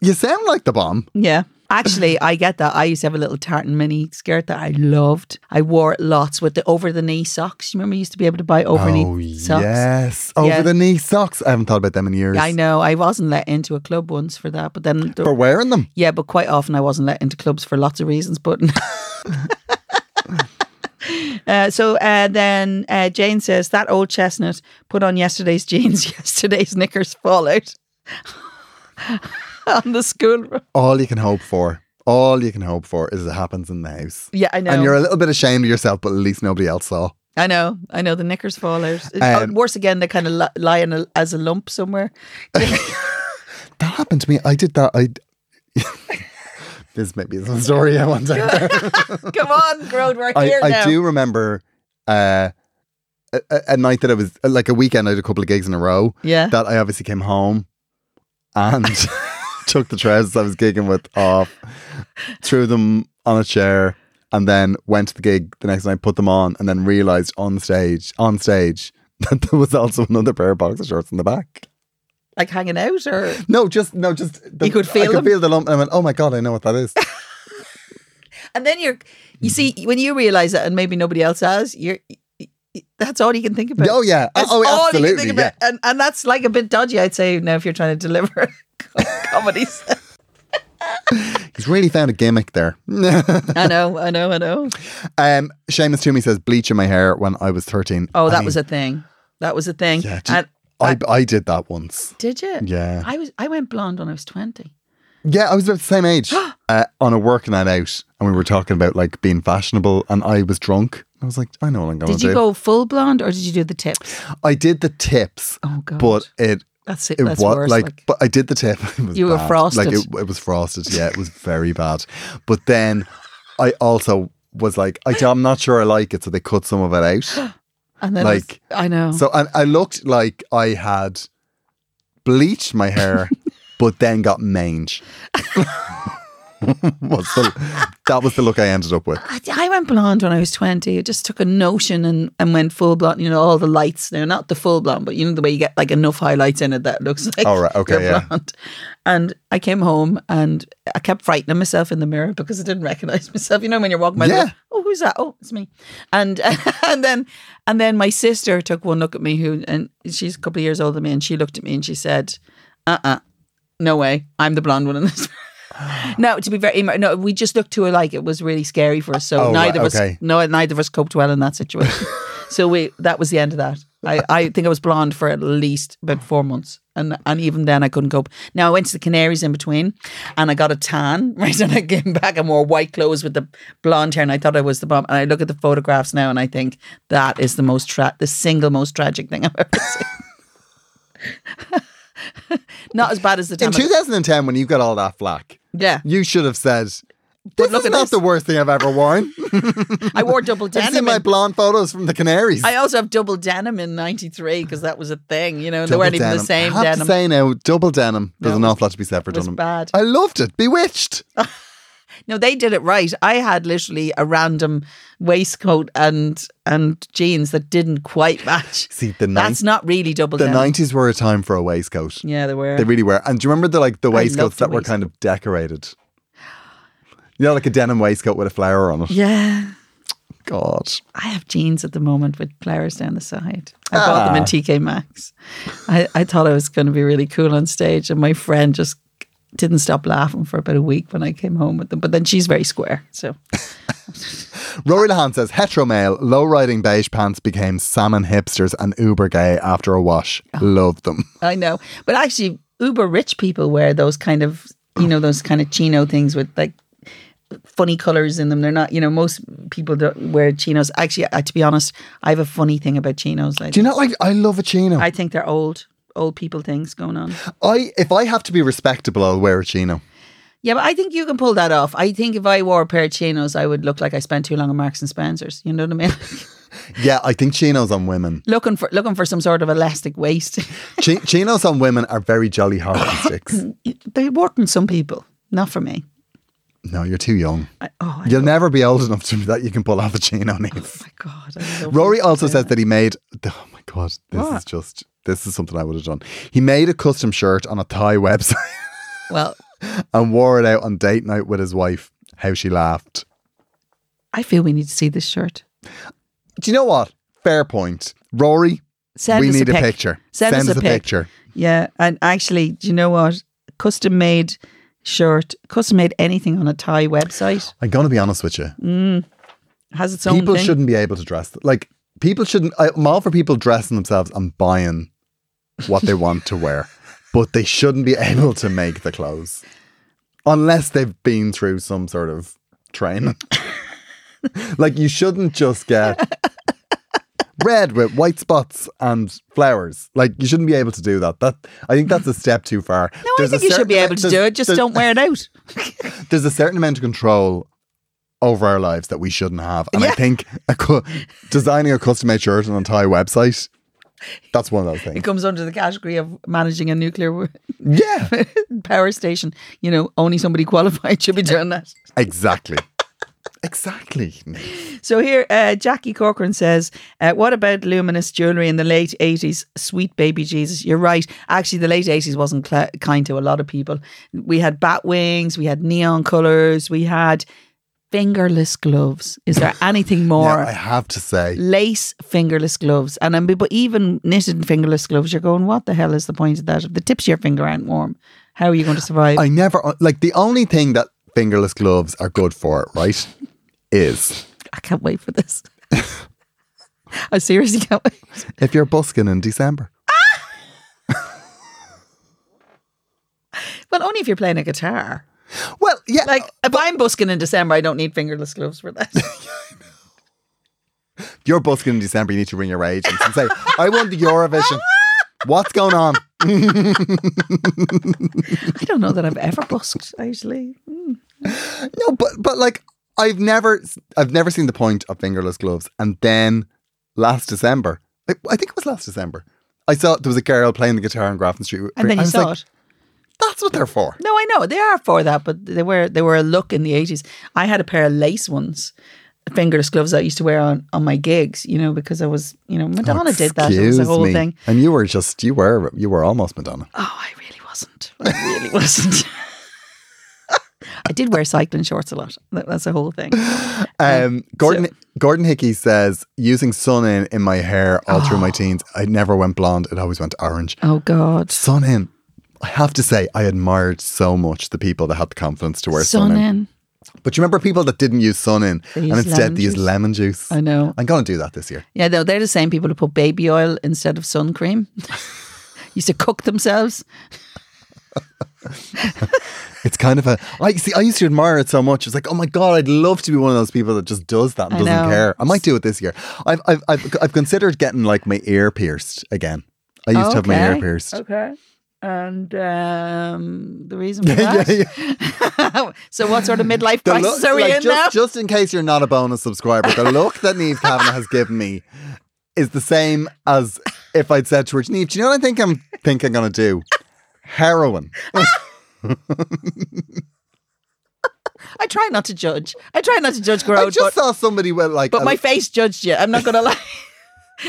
Speaker 3: You sound like the bomb.
Speaker 4: <laughs> Yeah. Actually, I get that. I used to have a little tartan mini skirt that I loved. I wore it lots with the over the knee socks. You remember you used to be able to buy over knee socks?
Speaker 3: Oh, yes, over
Speaker 4: Yeah.
Speaker 3: the knee socks. I haven't thought about them in years.
Speaker 4: I know. I wasn't let into a club once for that, but then
Speaker 3: For wearing them.
Speaker 4: yeah, but quite often I wasn't let into clubs for lots of reasons, but <laughs> Uh, so uh, then uh, Jane says that old chestnut put on yesterday's <laughs> jeans, yesterday's knickers fall out <laughs> on the school. run.
Speaker 3: all you can hope for, all you can hope for is it happens in the house.
Speaker 4: Yeah, I know.
Speaker 3: And you're a little bit ashamed of yourself, but at least nobody else saw.
Speaker 4: I know, I know. The knickers fall out.
Speaker 3: Um,
Speaker 4: oh, worse again, they kind of li- lie in a, as a lump somewhere.
Speaker 3: That happened to me. I did that. I. <laughs> this might be some story I want to.
Speaker 4: Come on, Grode, we're
Speaker 3: <laughs> I,
Speaker 4: here
Speaker 3: I
Speaker 4: now.
Speaker 3: do remember uh, a, a- a night that I was like a weekend. I had a couple of gigs in a row.
Speaker 4: Yeah.
Speaker 3: That I obviously came home
Speaker 4: <laughs>
Speaker 3: and took the trousers I was gigging with off, threw them on a chair, and then went to the gig the next night, put them on, and then realized on stage on stage <laughs> that there was also another pair of boxer shorts in the back.
Speaker 4: like hanging
Speaker 3: <laughs>
Speaker 4: out, or
Speaker 3: No, just no, just the,
Speaker 4: You could
Speaker 3: I
Speaker 4: feel
Speaker 3: could
Speaker 4: them?
Speaker 3: feel the lump, and I went, "Oh my god, I know what that
Speaker 4: <laughs>
Speaker 3: is."
Speaker 4: and then you're, you see, when you realize that, and maybe nobody else has, you're. That's all you can think about.
Speaker 3: oh yeah,
Speaker 4: That's
Speaker 3: oh
Speaker 4: all
Speaker 3: absolutely,
Speaker 4: you can think about. And, and that's like a bit dodgy, I'd say, now if you're trying to deliver <laughs> comedies.
Speaker 3: yeah. He's really found a gimmick there. <laughs>
Speaker 4: I know, I know, I know.
Speaker 3: um, Seamus Toomey says, "Bleaching my hair when I was 13.
Speaker 4: Oh, that
Speaker 3: I
Speaker 4: was a thing. That was a thing.
Speaker 3: Yeah, did,
Speaker 4: and,
Speaker 3: I, I did that once.
Speaker 4: did you?
Speaker 3: Yeah.
Speaker 4: I was. I went blonde when I was 20.
Speaker 3: Yeah, I was about the same
Speaker 4: <gasps>
Speaker 3: age uh, on a work night out, and we were talking about like being fashionable, and I was drunk. I was like, I know what I'm going to
Speaker 4: Oh, Did
Speaker 3: do.
Speaker 4: you go full blonde or did you do the tips?
Speaker 3: I did the tips,
Speaker 4: Oh, God.
Speaker 3: but it
Speaker 4: That's it.
Speaker 3: it
Speaker 4: That's
Speaker 3: was
Speaker 4: worse.
Speaker 3: like,
Speaker 4: Like,
Speaker 3: but I did the tip. <laughs> It was
Speaker 4: You were
Speaker 3: bad.
Speaker 4: frosted.
Speaker 3: Like it, it was frosted. Yeah, it was very bad. But then I also was like, I, I'm not sure I like it, so they cut some of it
Speaker 4: <gasps>
Speaker 3: out.
Speaker 4: And then it was-
Speaker 3: Like-
Speaker 4: I know.
Speaker 3: So and I looked like I had bleached my
Speaker 4: <laughs>
Speaker 3: hair, but then got mange. <laughs> was the, that was the look I ended up with.
Speaker 4: I, I went blonde when I was 20. I just took a notion and, and went full blonde. You know, all the lights now, not the full blonde, but you know, the way you get like enough highlights in it that looks <laughs> like
Speaker 3: All Oh, right, okay,
Speaker 4: you're
Speaker 3: yeah.
Speaker 4: blonde. And I came home and I kept frightening myself in the mirror because I didn't recognize <laughs> myself. You know, when you're walking by, the
Speaker 3: Yeah.
Speaker 4: door, oh, who's that? Oh, it's me. And <laughs> and then and then my sister took one look at me, who and she's a couple of years older than me, and she looked at me and she said, uh uh no way, I'm the blonde one in this. No, to be very no, we just looked to her like it was really scary for us. So
Speaker 3: Oh,
Speaker 4: neither
Speaker 3: right,
Speaker 4: of us,
Speaker 3: okay.
Speaker 4: no, neither of us coped well in that
Speaker 3: <laughs>
Speaker 4: situation. so we that was the end of that. I, I think I was blonde for at least about four months, and and even then I couldn't cope. Now I went to the Canaries in between, and I got a tan. <laughs> Right, and I came back and wore white clothes with the blonde hair, and I thought I was the bomb. And I look at the photographs now, and I think that is the most tra- the single most tragic thing <laughs> I've ever seen.
Speaker 3: <laughs>
Speaker 4: Not as bad as the
Speaker 3: In
Speaker 4: time. I-
Speaker 3: 2010, when you got all that flack,
Speaker 4: yeah,
Speaker 3: you should have said, "This
Speaker 4: look
Speaker 3: is
Speaker 4: at
Speaker 3: not
Speaker 4: this."
Speaker 3: the worst thing I've ever
Speaker 4: <laughs>
Speaker 3: worn."
Speaker 4: I wore double
Speaker 3: <laughs>
Speaker 4: denim.
Speaker 3: I've seen
Speaker 4: in-
Speaker 3: my blonde photos from the Canaries.
Speaker 4: I also have double denim in '93 because that was a thing, you know. and They
Speaker 3: Double
Speaker 4: weren't even the
Speaker 3: denim.
Speaker 4: same
Speaker 3: I have
Speaker 4: denim.
Speaker 3: To say now, double denim. There's
Speaker 4: No,
Speaker 3: an
Speaker 4: it was-
Speaker 3: awful lot to be said for
Speaker 4: it was
Speaker 3: denim.
Speaker 4: bad.
Speaker 3: I loved it.
Speaker 4: <laughs>
Speaker 3: Bewitched.
Speaker 4: No, they did it right. I had literally a random waistcoat and and jeans that didn't quite
Speaker 3: <laughs>
Speaker 4: match.
Speaker 3: See the
Speaker 4: That's
Speaker 3: nineties.
Speaker 4: not really double
Speaker 3: The
Speaker 4: denim.
Speaker 3: nineties were a time for a waistcoat.
Speaker 4: Yeah, they were.
Speaker 3: They really were. And do you remember the like the
Speaker 4: loved
Speaker 3: waistcoats
Speaker 4: the
Speaker 3: that were kind of decorated? You know, like a denim waistcoat with a flower on it.
Speaker 4: <laughs> yeah,
Speaker 3: God.
Speaker 4: I have jeans at the moment with flares down the side. I bought them in
Speaker 3: Ah.
Speaker 4: TK Maxx. I, I thought I was going to be really cool on stage, and my friend just didn't stop laughing for about a week when I came home with them. But then she's very square, so.
Speaker 3: Rory Lahan says hetero male, low riding beige pants became salmon hipsters and uber gay after a wash.
Speaker 4: Oh.
Speaker 3: Love them.
Speaker 4: I know. But actually, uber rich people wear those kind of, you know, those kind of chino things with like funny colors in them. They're not, you know, most people don't wear chinos. Actually, I, to be honest, I have a funny thing about chinos. Like,
Speaker 3: Do you not like? I love a chino.
Speaker 4: I
Speaker 3: I,
Speaker 4: think they're old, old people things going on.
Speaker 3: if I have to be respectable, I'll wear a chino.
Speaker 4: Yeah, but I think you can pull that off. I think if I wore a pair of chinos, I would look like I spent too long on Marks and Spencers. You know what I mean? <laughs>
Speaker 3: Yeah, I think chinos on women.
Speaker 4: looking for looking for some sort of elastic waist. <laughs>
Speaker 3: Chi- chinos on women are very jolly hard on
Speaker 4: <laughs>
Speaker 3: sticks.
Speaker 4: they work on some people, not for me.
Speaker 3: No, you're too young.
Speaker 4: I, oh, I,
Speaker 3: You'll never be old enough to that you can pull off a chino. Niamh.
Speaker 4: oh my god! I love
Speaker 3: Rory
Speaker 4: it.
Speaker 3: also says that he made. Oh my god, this is
Speaker 4: What?
Speaker 3: just. This is something I would have done. He made a custom shirt on a Thai website <laughs>
Speaker 4: well,
Speaker 3: and wore it out on date night with his wife. How she laughed.
Speaker 4: I feel we need to see this shirt.
Speaker 3: Do you know what? Fair point, Rory.
Speaker 4: Send
Speaker 3: we
Speaker 4: us
Speaker 3: need
Speaker 4: a,
Speaker 3: a,
Speaker 4: pic.
Speaker 3: picture.
Speaker 4: Send, us, a, pic.
Speaker 3: picture.
Speaker 4: Yeah, and actually, do you know what? Custom made shirt, custom made anything on a Thai website
Speaker 3: I'm going to be honest with you.
Speaker 4: has its own
Speaker 3: people
Speaker 4: thing.
Speaker 3: shouldn't be able to dress like people shouldn't. I'm all for people dressing themselves and buying what they want to
Speaker 4: <laughs>
Speaker 3: wear, but they shouldn't be able to make the clothes unless they've been through some sort of
Speaker 4: <laughs>
Speaker 3: training. like you shouldn't just get red with white spots and flowers. Like you shouldn't be able to do that. That I think that's a step too far.
Speaker 4: no, I think you should be able to do it. Just don't wear
Speaker 3: <laughs>
Speaker 4: it out.
Speaker 3: there's a certain amount of control over our lives that we shouldn't have. And I
Speaker 4: Yeah.
Speaker 3: think a cu- designing a custom made shirt on an entire website, that's one of those
Speaker 4: It
Speaker 3: things.
Speaker 4: comes under the category of managing a nuclear <laughs> w-
Speaker 3: Yeah,
Speaker 4: power station. You know, only somebody qualified should be doing that.
Speaker 3: <laughs> exactly. Exactly.
Speaker 4: So here, uh, Jackie Corcoran says, uh, "What about luminous jewelry in the late '80s? Sweet baby Jesus, you're right. Actually, the late '80s wasn't cl- kind to a lot of people. We had bat wings, we had neon colors, we had fingerless gloves.
Speaker 3: <laughs>
Speaker 4: Is there anything more?"
Speaker 3: Yeah, I have to say,
Speaker 4: Lace fingerless gloves, and I'm, but even knitted fingerless gloves, you're going, what the hell is the point of that? If the tips of your finger aren't warm, how are you going to survive?
Speaker 3: I never, uh, like, the only thing that fingerless gloves are good for, right, is
Speaker 4: I can't wait for
Speaker 3: <laughs>
Speaker 4: this. I seriously can't wait.
Speaker 3: if you're busking in December.
Speaker 4: Well, only if you're playing a guitar.
Speaker 3: Well, yeah.
Speaker 4: Like if I'm busking in December, I don't need fingerless gloves
Speaker 3: <laughs>
Speaker 4: for that.
Speaker 3: if you're busking in December, you need to ring your agents and say, I won the
Speaker 4: <laughs>
Speaker 3: Eurovision. What's going on?
Speaker 4: I don't know that I've ever busked actually.
Speaker 3: No, but but like I've never, I've never seen the point of fingerless gloves. And then last December, I, I think it was last December, I saw there was a girl playing the guitar in Grafton Street.
Speaker 4: And then
Speaker 3: I
Speaker 4: you
Speaker 3: was
Speaker 4: saw
Speaker 3: like,
Speaker 4: it.
Speaker 3: That's what they're for.
Speaker 4: No, I know they are for that, but they were they were a look in the eighties. I had a pair of lace ones, fingerless gloves that I used to wear on, on my gigs, you know, because I was, you know, Madonna did that. It was a
Speaker 3: Excuse
Speaker 4: whole
Speaker 3: me.
Speaker 4: thing.
Speaker 3: And you were just, you were, you were almost Madonna.
Speaker 4: Oh, I really wasn't. I really wasn't. <laughs> I did wear cycling shorts a lot. That- That's a whole thing.
Speaker 3: Um, Gordon Gordon Hickey says using sun in in my hair all through
Speaker 4: <gasps>
Speaker 3: my teens. I never went blonde; it always went orange.
Speaker 4: Oh God,
Speaker 3: Sun in. I have to say, I admired so much the people that had the confidence to wear sun,
Speaker 4: sun
Speaker 3: in.
Speaker 4: in.
Speaker 3: But you remember people that didn't use sun in and
Speaker 4: used
Speaker 3: instead
Speaker 4: lemon
Speaker 3: they used
Speaker 4: juice.
Speaker 3: lemon juice.
Speaker 4: I know.
Speaker 3: I'm going to do that this year.
Speaker 4: Yeah, though they're the same people who put baby oil instead of sun <laughs> cream. Used to cook themselves.
Speaker 3: It's kind of a. I see. I used to admire it so much. It's like, oh my god, I'd love to be one of those people that just does that
Speaker 4: I
Speaker 3: and doesn't
Speaker 4: know.
Speaker 3: care. I might do it this year. I've I've I've, I've considered getting like my ear pierced again. I used to have my ear
Speaker 4: Okay. Oh,
Speaker 3: pierced.
Speaker 4: Okay. And um, the <laughs> reason for
Speaker 3: Yeah,
Speaker 4: that. <laughs> so, what sort of <laughs> midlife
Speaker 3: The
Speaker 4: crisis
Speaker 3: look-
Speaker 4: are we
Speaker 3: like,
Speaker 4: in
Speaker 3: just,
Speaker 4: now?
Speaker 3: just in case you're not a bonus subscriber, the look that Neve Kavanagh has given me is the same as if I'd said to her, Neve, do you know what I think I'm think I'm gonna do? Heroin.
Speaker 4: I try not to judge. I try not to judge
Speaker 3: I
Speaker 4: Grode,
Speaker 3: just
Speaker 4: but,
Speaker 3: saw somebody with like
Speaker 4: but
Speaker 3: a-
Speaker 4: my face judged you. I'm not going to lie. <laughs>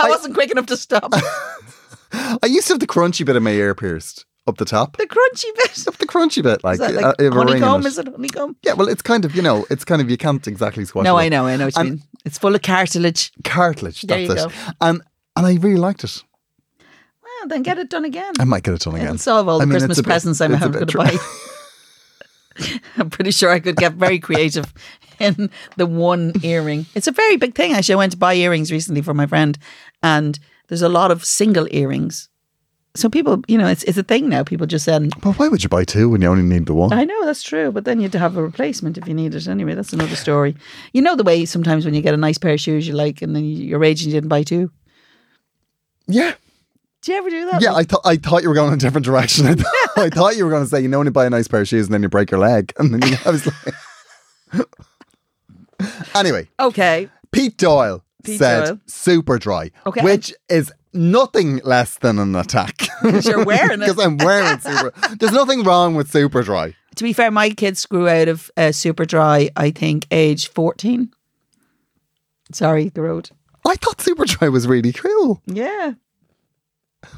Speaker 4: I, wasn't quick enough to <laughs> stop. the
Speaker 3: I used to have the crunchy bit of my ear pierced up the top.
Speaker 4: crunchy bit.
Speaker 3: The crunchy bit, like,
Speaker 4: Is that
Speaker 3: uh,
Speaker 4: like
Speaker 3: you have a ring in
Speaker 4: honeycomb?
Speaker 3: it.
Speaker 4: Is it honeycomb?
Speaker 3: Yeah, well, it's kind of you know, it's kind of you can't exactly squash.
Speaker 4: No,
Speaker 3: it up.
Speaker 4: I know. I know what you
Speaker 3: And-
Speaker 4: mean. It's full of cartilage.
Speaker 3: Cartilage.
Speaker 4: There
Speaker 3: that's
Speaker 4: you
Speaker 3: it. And and I really liked it.
Speaker 4: Well, then get it done again.
Speaker 3: I might get it done again.
Speaker 4: It'll <laughs> solve all the
Speaker 3: I mean, it's
Speaker 4: Christmas
Speaker 3: a bit-
Speaker 4: presents I'm
Speaker 3: it's a
Speaker 4: going
Speaker 3: bit
Speaker 4: to
Speaker 3: dry.
Speaker 4: buy. <laughs> I'm pretty sure I could get very creative <laughs> in the one earring. It's a very big thing. Actually, I went to buy earrings recently for my friend, and there's a lot of single earrings. So people, you know, it's it's a thing now. People just send.
Speaker 3: Well, why would you buy two when you only need the one?
Speaker 4: I know that's true, but then you'd have a replacement if you need it anyway. That's another story. You know the way sometimes when you get a nice pair of shoes you like, and then you- you're raging you didn't buy two.
Speaker 3: yeah.
Speaker 4: Do you ever do that?
Speaker 3: Yeah, I thought I thought you were going in a different direction. I, thought
Speaker 4: <laughs>
Speaker 3: I thought you were going to say you know when you buy a nice pair of shoes and then you break your leg, and then you, I was like.
Speaker 4: <laughs>
Speaker 3: <laughs> anyway,
Speaker 4: okay.
Speaker 3: Pete Doyle
Speaker 4: Pete
Speaker 3: said
Speaker 4: Doyle.
Speaker 3: super dry,
Speaker 4: Okay.
Speaker 3: which is nothing less than an attack. <laughs>
Speaker 4: You're wearing it.
Speaker 3: Because I'm wearing super. There's nothing wrong with super dry.
Speaker 4: to be fair, my kids grew out of uh, super dry, I think, age 14. Sorry, the road.
Speaker 3: I thought super dry was really cool.
Speaker 4: Yeah. <sighs>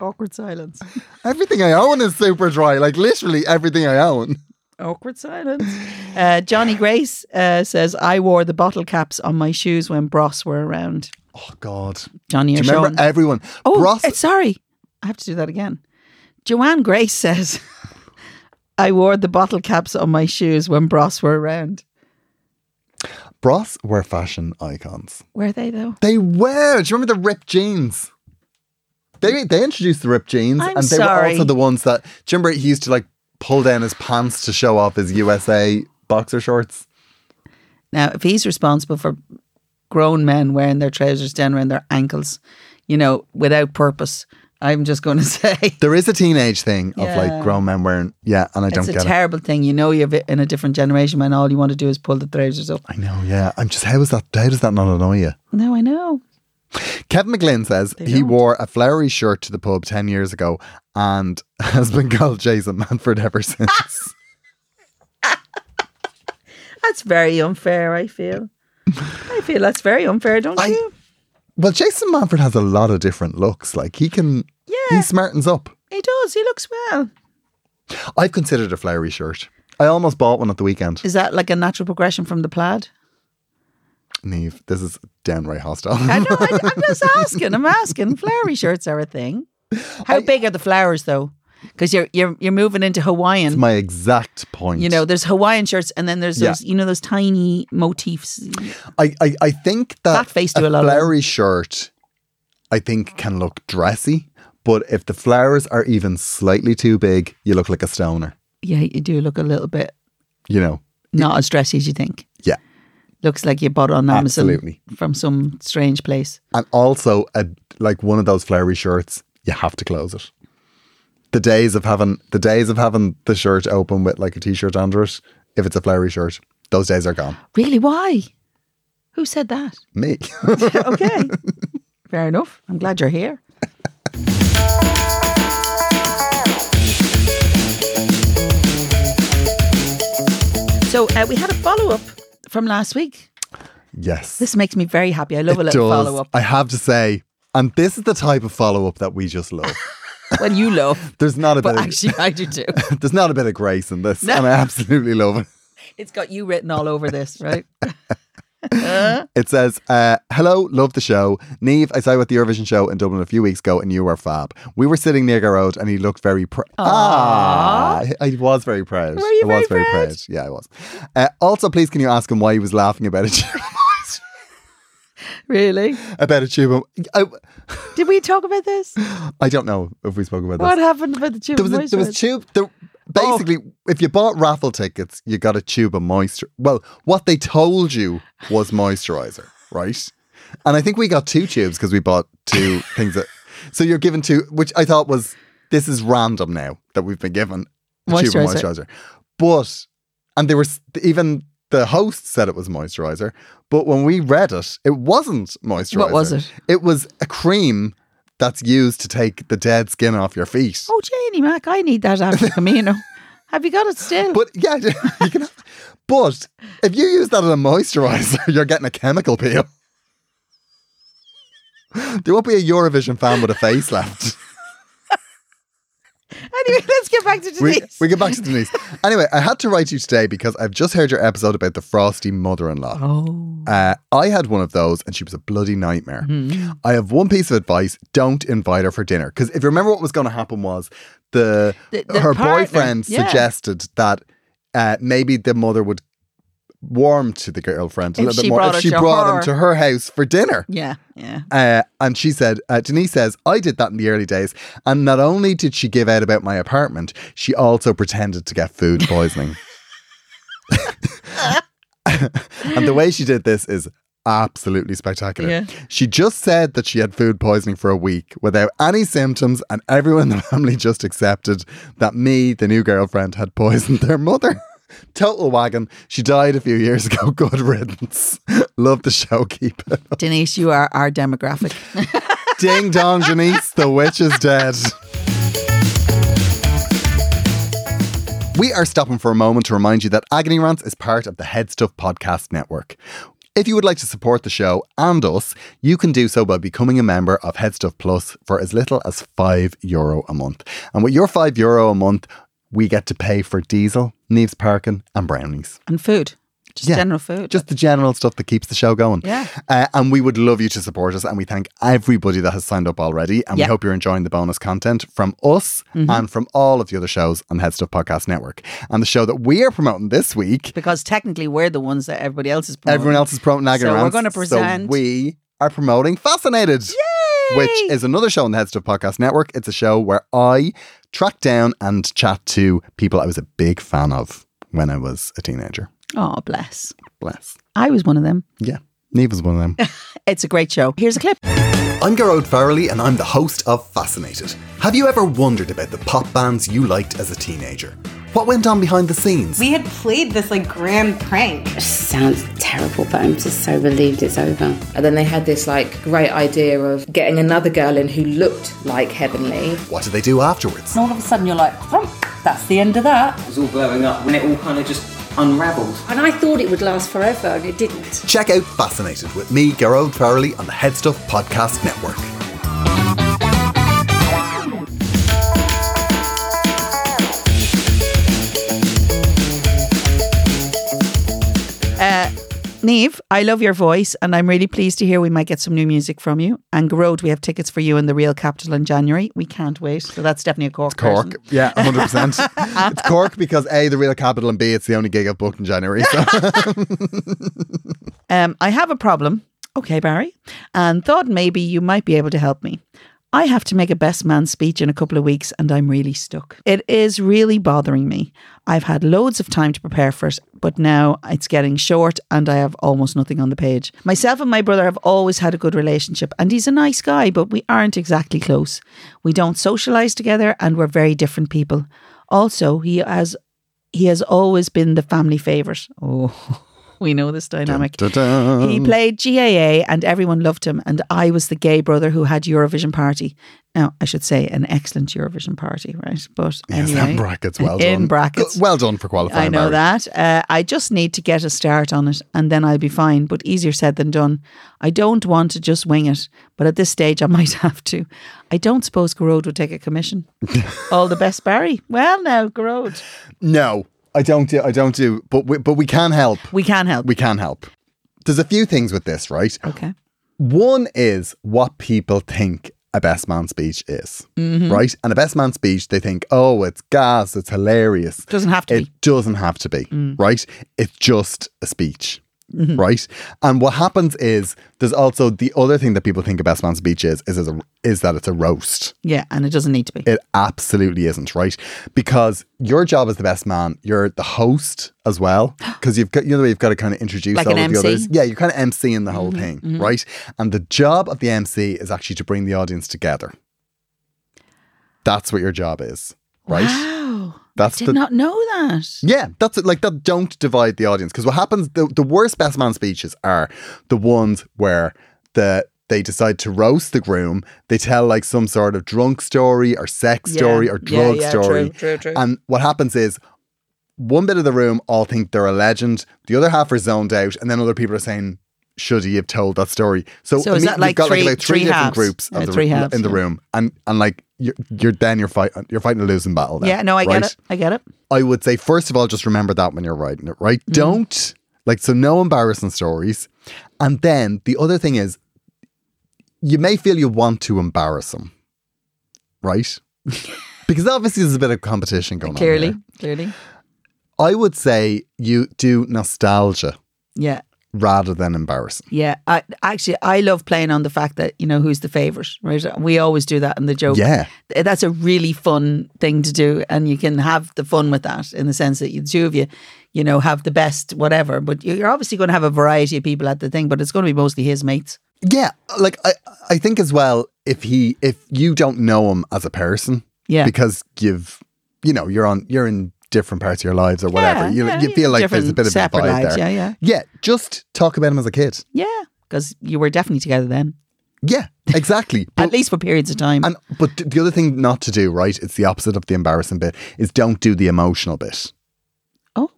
Speaker 4: Awkward <laughs> silence.
Speaker 3: Everything I own is super dry. Like literally everything I own.
Speaker 4: Awkward silence. <laughs> Uh, Johnny Grace uh, says, I wore the bottle caps on my shoes when Bros were around.
Speaker 3: Oh God!
Speaker 4: Johnny,
Speaker 3: Do
Speaker 4: you're
Speaker 3: you remember
Speaker 4: showing.
Speaker 3: everyone?
Speaker 4: oh,
Speaker 3: Bros-
Speaker 4: uh, sorry. I have to do that again. Joanne Grace says, <laughs> I wore the bottle caps on my shoes when Bros were around.
Speaker 3: Bros were fashion icons.
Speaker 4: Were they, though?
Speaker 3: They were. Do you remember the ripped jeans? They they introduced the ripped jeans,
Speaker 4: I'm
Speaker 3: and they
Speaker 4: sorry.
Speaker 3: were also the ones that. Do you remember he used to like pull down his pants to show off his USA boxer shorts?
Speaker 4: Now, if he's responsible for grown men wearing their trousers down around their ankles, you know, without purpose, I'm just going to <laughs> say
Speaker 3: There is a teenage thing of
Speaker 4: Yeah.
Speaker 3: like grown men wearing. Yeah, and I
Speaker 4: it's
Speaker 3: don't
Speaker 4: a
Speaker 3: get it.
Speaker 4: terrible thing. You know, you're vi- in a different generation when all you want to do is pull the trousers up.
Speaker 3: I know. Yeah, I'm just. How is that? How does that not annoy you?
Speaker 4: No, I know.
Speaker 3: Kevin McGlynn says he wore a flowery shirt to the pub 10 years ago and <laughs> has been called Jason Manford ever
Speaker 4: <laughs>
Speaker 3: since.
Speaker 4: That's very unfair,
Speaker 3: <laughs>
Speaker 4: I feel. I feel that's very unfair, don't
Speaker 3: I-
Speaker 4: you?
Speaker 3: well, Jason Manford has a lot of different looks. Like he can,
Speaker 4: Yeah.
Speaker 3: he smartens up.
Speaker 4: He does. He looks well.
Speaker 3: I've considered a flowery shirt. I almost bought one at the weekend.
Speaker 4: Is that like a natural progression from the plaid?
Speaker 3: Neve, this is downright hostile.
Speaker 4: I know.
Speaker 3: <laughs>
Speaker 4: I, I'm just asking. I'm asking. Flowery shirts are a thing. How big are the flowers, though? Because you're you're you're moving into Hawaiian.
Speaker 3: My exact point.
Speaker 4: You know, there's Hawaiian shirts, and then there's
Speaker 3: Yeah.
Speaker 4: those, you know, those tiny motifs.
Speaker 3: I, I, I think that
Speaker 4: Fat face do a lot of them.
Speaker 3: flowery shirt, I think, can look dressy. But if the flowers are even slightly too big, you look like a stoner.
Speaker 4: Yeah, you do look a little bit
Speaker 3: You know,
Speaker 4: not as dressy as you think.
Speaker 3: yeah.
Speaker 4: Looks like you bought it on Amazon
Speaker 3: Absolutely.
Speaker 4: from some strange place.
Speaker 3: And also, a, like one of those flowery shirts, you have to close it. The days of having the days of having the shirt open with like a t-shirt under it, if it's a flowery shirt, Those days are gone.
Speaker 4: Really? Why? Who
Speaker 3: <laughs>
Speaker 4: said that?
Speaker 3: Me.
Speaker 4: okay. Fair enough. I'm glad you're here. So uh, we had a follow up from last week.
Speaker 3: yes.
Speaker 4: This makes me very happy. I love a little
Speaker 3: does.
Speaker 4: follow up.
Speaker 3: I have to say, and this is the type of follow up that we just love.
Speaker 4: Well, you love,
Speaker 3: There's not a bit
Speaker 4: but
Speaker 3: of,
Speaker 4: actually, I do too.
Speaker 3: <laughs> there's not a bit of grace in this, and I absolutely love it.
Speaker 4: It's got <laughs> you written all over this,
Speaker 3: <laughs>
Speaker 4: right?
Speaker 3: It says, uh, "Hello, love the show, Neve. I saw you at the Eurovision show in Dublin a few weeks ago, and you were fab. We were sitting near Go Road, and he looked very proud. Ah, I I was very proud.
Speaker 4: Were you
Speaker 3: I was very
Speaker 4: very proud?
Speaker 3: proud? Yeah, I was. Uh, also, please, can you ask him why he was laughing about a tube, <laughs>
Speaker 4: Really?
Speaker 3: about a tube? I,
Speaker 4: Did we talk about this?
Speaker 3: I don't know if we spoke about this.
Speaker 4: What happened about the tube? Oh.
Speaker 3: there was a, there was tube. There, basically, if you bought raffle tickets, you got a tube of moisture. Well, what they told you was moisturizer, right? And I think we got two tubes because we bought
Speaker 4: <laughs>
Speaker 3: two things that. So you're given two, which I thought was this is random now that we've been given a tube of
Speaker 4: Moisturiser.
Speaker 3: moisturizer, but and there was even. The host said it was moisturizer, but when we read it, it wasn't moisturizer.
Speaker 4: What was it?
Speaker 3: It was a cream that's used to take the dead skin off your feet.
Speaker 4: Oh, Janie Mac, I need that
Speaker 3: <laughs>
Speaker 4: after Camino. Have you got it still?
Speaker 3: But yeah, <laughs> you can have, but if you use that as a moisturizer, <laughs> you're getting a chemical peel. There won't be a Eurovision fan with a face left.
Speaker 4: anyway, <laughs> let's get back to Denise.
Speaker 3: We, we get back to Denise. Anyway, I had to write you today because I've just heard your episode about the frosty mother in law.
Speaker 4: oh.
Speaker 3: Uh, I had one of those and she was a bloody nightmare.
Speaker 4: Mm-hmm.
Speaker 3: I have one piece of advice don't invite her for dinner. Because if you remember what was going to happen, was the,
Speaker 4: The- the
Speaker 3: her
Speaker 4: partner,
Speaker 3: boyfriend
Speaker 4: yeah.
Speaker 3: suggested that uh, maybe the mother would warm to the girlfriend a
Speaker 4: If
Speaker 3: little
Speaker 4: she
Speaker 3: bit more
Speaker 4: brought her
Speaker 3: if she
Speaker 4: to
Speaker 3: brought
Speaker 4: her-
Speaker 3: him to her house for dinner.
Speaker 4: Yeah, yeah.
Speaker 3: Uh, and she said, uh, Denise says, I did that in the early days. And not only did she give out about my apartment, she also pretended to get food poisoning. and the way she did this is absolutely spectacular.
Speaker 4: Yeah.
Speaker 3: She just said that she had food poisoning for a week without any symptoms, and everyone in the family just accepted that me, the new girlfriend, had poisoned their mother. <laughs> Total wagon. She died a few years ago. <laughs> Good riddance. Love the show. Keep it
Speaker 4: Denise, you are
Speaker 3: <laughs>
Speaker 4: our demographic.
Speaker 3: Ding dong, Janice, the witch is dead. We are stopping for a moment to remind you that Agony Rants is part of the Head Stuff Podcast Network. If you would like to support the show and us, you can do so by becoming a member of Headstuff Plus for as little as €5 Euro a month. And with your €5 Euro a month, we get to pay for diesel, Neves parking, and brownies
Speaker 4: and food. Just
Speaker 3: Yeah.
Speaker 4: general food.
Speaker 3: just the general stuff that keeps the show going.
Speaker 4: Yeah.
Speaker 3: Uh, and we would love you to support us. And we thank everybody that has signed up already. And
Speaker 4: Yeah. Mm-hmm.
Speaker 3: we hope you're enjoying the bonus content from us and from all of the other shows on Head Stuff Podcast Network. And the show that we are promoting this week,
Speaker 4: because technically we're the ones that everybody else is promoting.
Speaker 3: everyone else is promoting Agony
Speaker 4: So we're
Speaker 3: Rants,
Speaker 4: gonna present-
Speaker 3: So we are promoting Fascinated. Which is another show on the Head Stuff Podcast Network. It's a show where I track down and chat to people I was a big fan of when I was a teenager.
Speaker 4: Oh, bless.
Speaker 3: Bless.
Speaker 4: I was one of them.
Speaker 3: Yeah. Neve was one of them.
Speaker 4: It's a great show. Here's a clip.
Speaker 3: I'm Gerard Farrelly and I'm the host of Fascinated. Have you ever wondered about the pop bands you liked as a teenager? What went on behind the scenes?
Speaker 5: We had played this like grand prank.
Speaker 6: sounds terrible, but I'm just so relieved it's over. And then they had this like great idea of getting another girl in who looked like Heavenly.
Speaker 3: what did they do afterwards?
Speaker 5: And all of a sudden you're like, "Thump, that's the end of that.
Speaker 7: was all blowing up and it all kind of just unraveled.
Speaker 8: And I thought it would last forever, and it didn't.
Speaker 3: Check out Fascinated with me, Gerard Farrelly, on the Headstuff Podcast Network.
Speaker 4: Uh, Neve, I love your voice, and I'm really pleased to hear we might get some new music from you. And Grode, we have tickets for you in the Real Capital in January. We can't wait. So that's definitely a Cork.
Speaker 3: Cork,
Speaker 4: person.
Speaker 3: yeah,
Speaker 4: <laughs>
Speaker 3: 100%. it's Cork because A, the real capital, and B, it's the only gig I've booked in January.
Speaker 4: <laughs>
Speaker 3: So. <laughs>
Speaker 4: Um, I have a problem. Okay, Barry. And thought maybe you might be able to help me. I have to make a best man speech in a couple of weeks and I'm really stuck. It is really bothering me. I've had loads of time to prepare for it, but now it's getting short and I have almost nothing on the page. Myself and my brother have always had a good relationship and he's a nice guy, but we aren't exactly close. We don't socialize together and we're very different people. Also, he has he has always been the family favorite. Oh, <laughs> we know this dynamic.
Speaker 3: Dun, dun, dun.
Speaker 4: He played GAA and everyone loved him. And I was the gay brother who had Eurovision party. Now, I should say an excellent Eurovision party, right? But
Speaker 3: Yes,
Speaker 4: anyway,
Speaker 3: in brackets. Well done.
Speaker 4: in brackets.
Speaker 3: Go- Well done for qualifying.
Speaker 4: I know
Speaker 3: Mary.
Speaker 4: that. Uh, I just need to get a start on it and then I'll be fine, but easier said than done. I don't want to just wing it, but at this stage I <laughs> might have to. I don't suppose Garode would take
Speaker 3: <laughs>
Speaker 4: a commission. All the best, Barry. Well, now, Garode.
Speaker 3: No, I don't do. I don't do. But we, but we can help.
Speaker 4: We can help.
Speaker 3: We can help. There's a few things with this, right?
Speaker 4: okay.
Speaker 3: One is what people think a best man speech is,
Speaker 4: Mm-hmm.
Speaker 3: right? And a best man speech, they think, oh, it's gas, it's hilarious.
Speaker 4: Doesn't have to
Speaker 3: it
Speaker 4: be. Mm.
Speaker 3: doesn't have to be, right? It's just a speech,
Speaker 4: Mm-hmm.
Speaker 3: right? And what happens is there's also the other thing that people think a best man speech is is, is, a, is that it's a roast.
Speaker 4: Yeah, and it doesn't need to be.
Speaker 3: It absolutely isn't, right? Because your job as the best man, you're the host as
Speaker 4: <gasps>
Speaker 3: well, because you've got you know you've got to kind of introduce
Speaker 4: Like
Speaker 3: all
Speaker 4: an Mm-hmm,
Speaker 3: of the
Speaker 4: MC?
Speaker 3: others. Yeah, you're kind of emceeing the whole thing, right? And the job of the MC is actually to bring the audience together. That's what your job is, right?
Speaker 4: Wow.
Speaker 3: That's
Speaker 4: Did
Speaker 3: the
Speaker 4: not know that.
Speaker 3: yeah, that's it. Like that. Don't divide the audience because what happens? The, the worst best man speeches are the ones where the they decide to roast the groom. They tell like some sort of drunk story or sex
Speaker 4: Yeah.
Speaker 3: story or
Speaker 4: Yeah,
Speaker 3: drug
Speaker 4: yeah, true,
Speaker 3: story.
Speaker 4: true, true.
Speaker 3: And what happens is one bit of the room all think they're a legend. The other half are zoned out, and then other people are saying. Should he have told that story? So,
Speaker 4: So is
Speaker 3: imme-
Speaker 4: that like
Speaker 3: you've got like,
Speaker 4: three-
Speaker 3: about three,
Speaker 4: three
Speaker 3: different
Speaker 4: halves?
Speaker 3: groups of
Speaker 4: Yeah,
Speaker 3: the,
Speaker 4: three halves,
Speaker 3: in the
Speaker 4: yeah.
Speaker 3: room, and and like you're, you're then you're fighting you're fighting a losing battle. Then,
Speaker 4: Yeah, no, I
Speaker 3: right?
Speaker 4: get it. I get it.
Speaker 3: I would say, first of all, just remember that when you're writing it, right? Don't, like, so no embarrassing stories. And then the other thing is, you may feel you want to embarrass them, right? because obviously there's a bit of competition going on.
Speaker 4: Clearly.
Speaker 3: here.
Speaker 4: Clearly.
Speaker 3: I would say you do nostalgia
Speaker 4: Yeah.
Speaker 3: rather than embarrassing.
Speaker 4: Yeah, I actually I love playing on the fact that you know who's the favorite, right? We always do that in the joke.
Speaker 3: Yeah.
Speaker 4: Th- that's a really fun thing to do, and you can have the fun with that in the sense that you, the two of you, you know, have the best whatever. But you- you're obviously going to have a variety of people at the thing, but it's going to be mostly his mates.
Speaker 3: Yeah. Like, I, I think as well, if he, if you don't know him as a person,
Speaker 4: Yeah,
Speaker 3: because you've you know you're on you're in different parts of your lives or whatever
Speaker 4: Yeah,
Speaker 3: you,
Speaker 4: yeah,
Speaker 3: you
Speaker 4: yeah.
Speaker 3: feel like there's a
Speaker 4: Different
Speaker 3: bit of a
Speaker 4: separate
Speaker 3: vibe
Speaker 4: lives,
Speaker 3: there
Speaker 4: yeah, yeah.
Speaker 3: just talk about him as a kid
Speaker 4: yeah, because you were definitely together then, <laughs>
Speaker 3: yeah exactly
Speaker 4: at least for periods of time.
Speaker 3: and but th- the other thing not to do right it's the opposite of the embarrassing bit is don't do the emotional bit
Speaker 4: oh,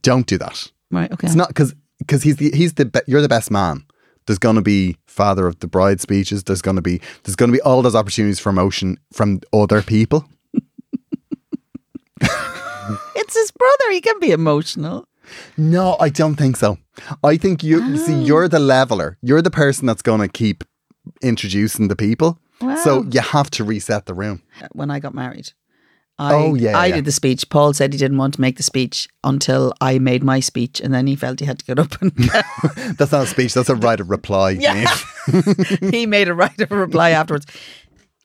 Speaker 3: don't do that
Speaker 4: right, okay.
Speaker 3: it's not because because he's the he's the be- you're the best man there's going to be father of the bride speeches there's going to be there's going to be all those opportunities for emotion from other people
Speaker 4: it's his brother. He can be emotional.
Speaker 3: No, I don't think so. I think you see, you're the leveler. You're the person that's going to keep introducing the people. So you have to reset the room.
Speaker 4: when I got married. I,
Speaker 3: Oh, yeah,
Speaker 4: I
Speaker 3: yeah.
Speaker 4: did the speech. Paul said he didn't want to make the speech until I made my speech, and then he felt he had to get <laughs>
Speaker 3: <laughs>
Speaker 4: up and
Speaker 3: That's not a speech. That's a right of reply. Niamh.
Speaker 4: he made a right of a reply afterwards.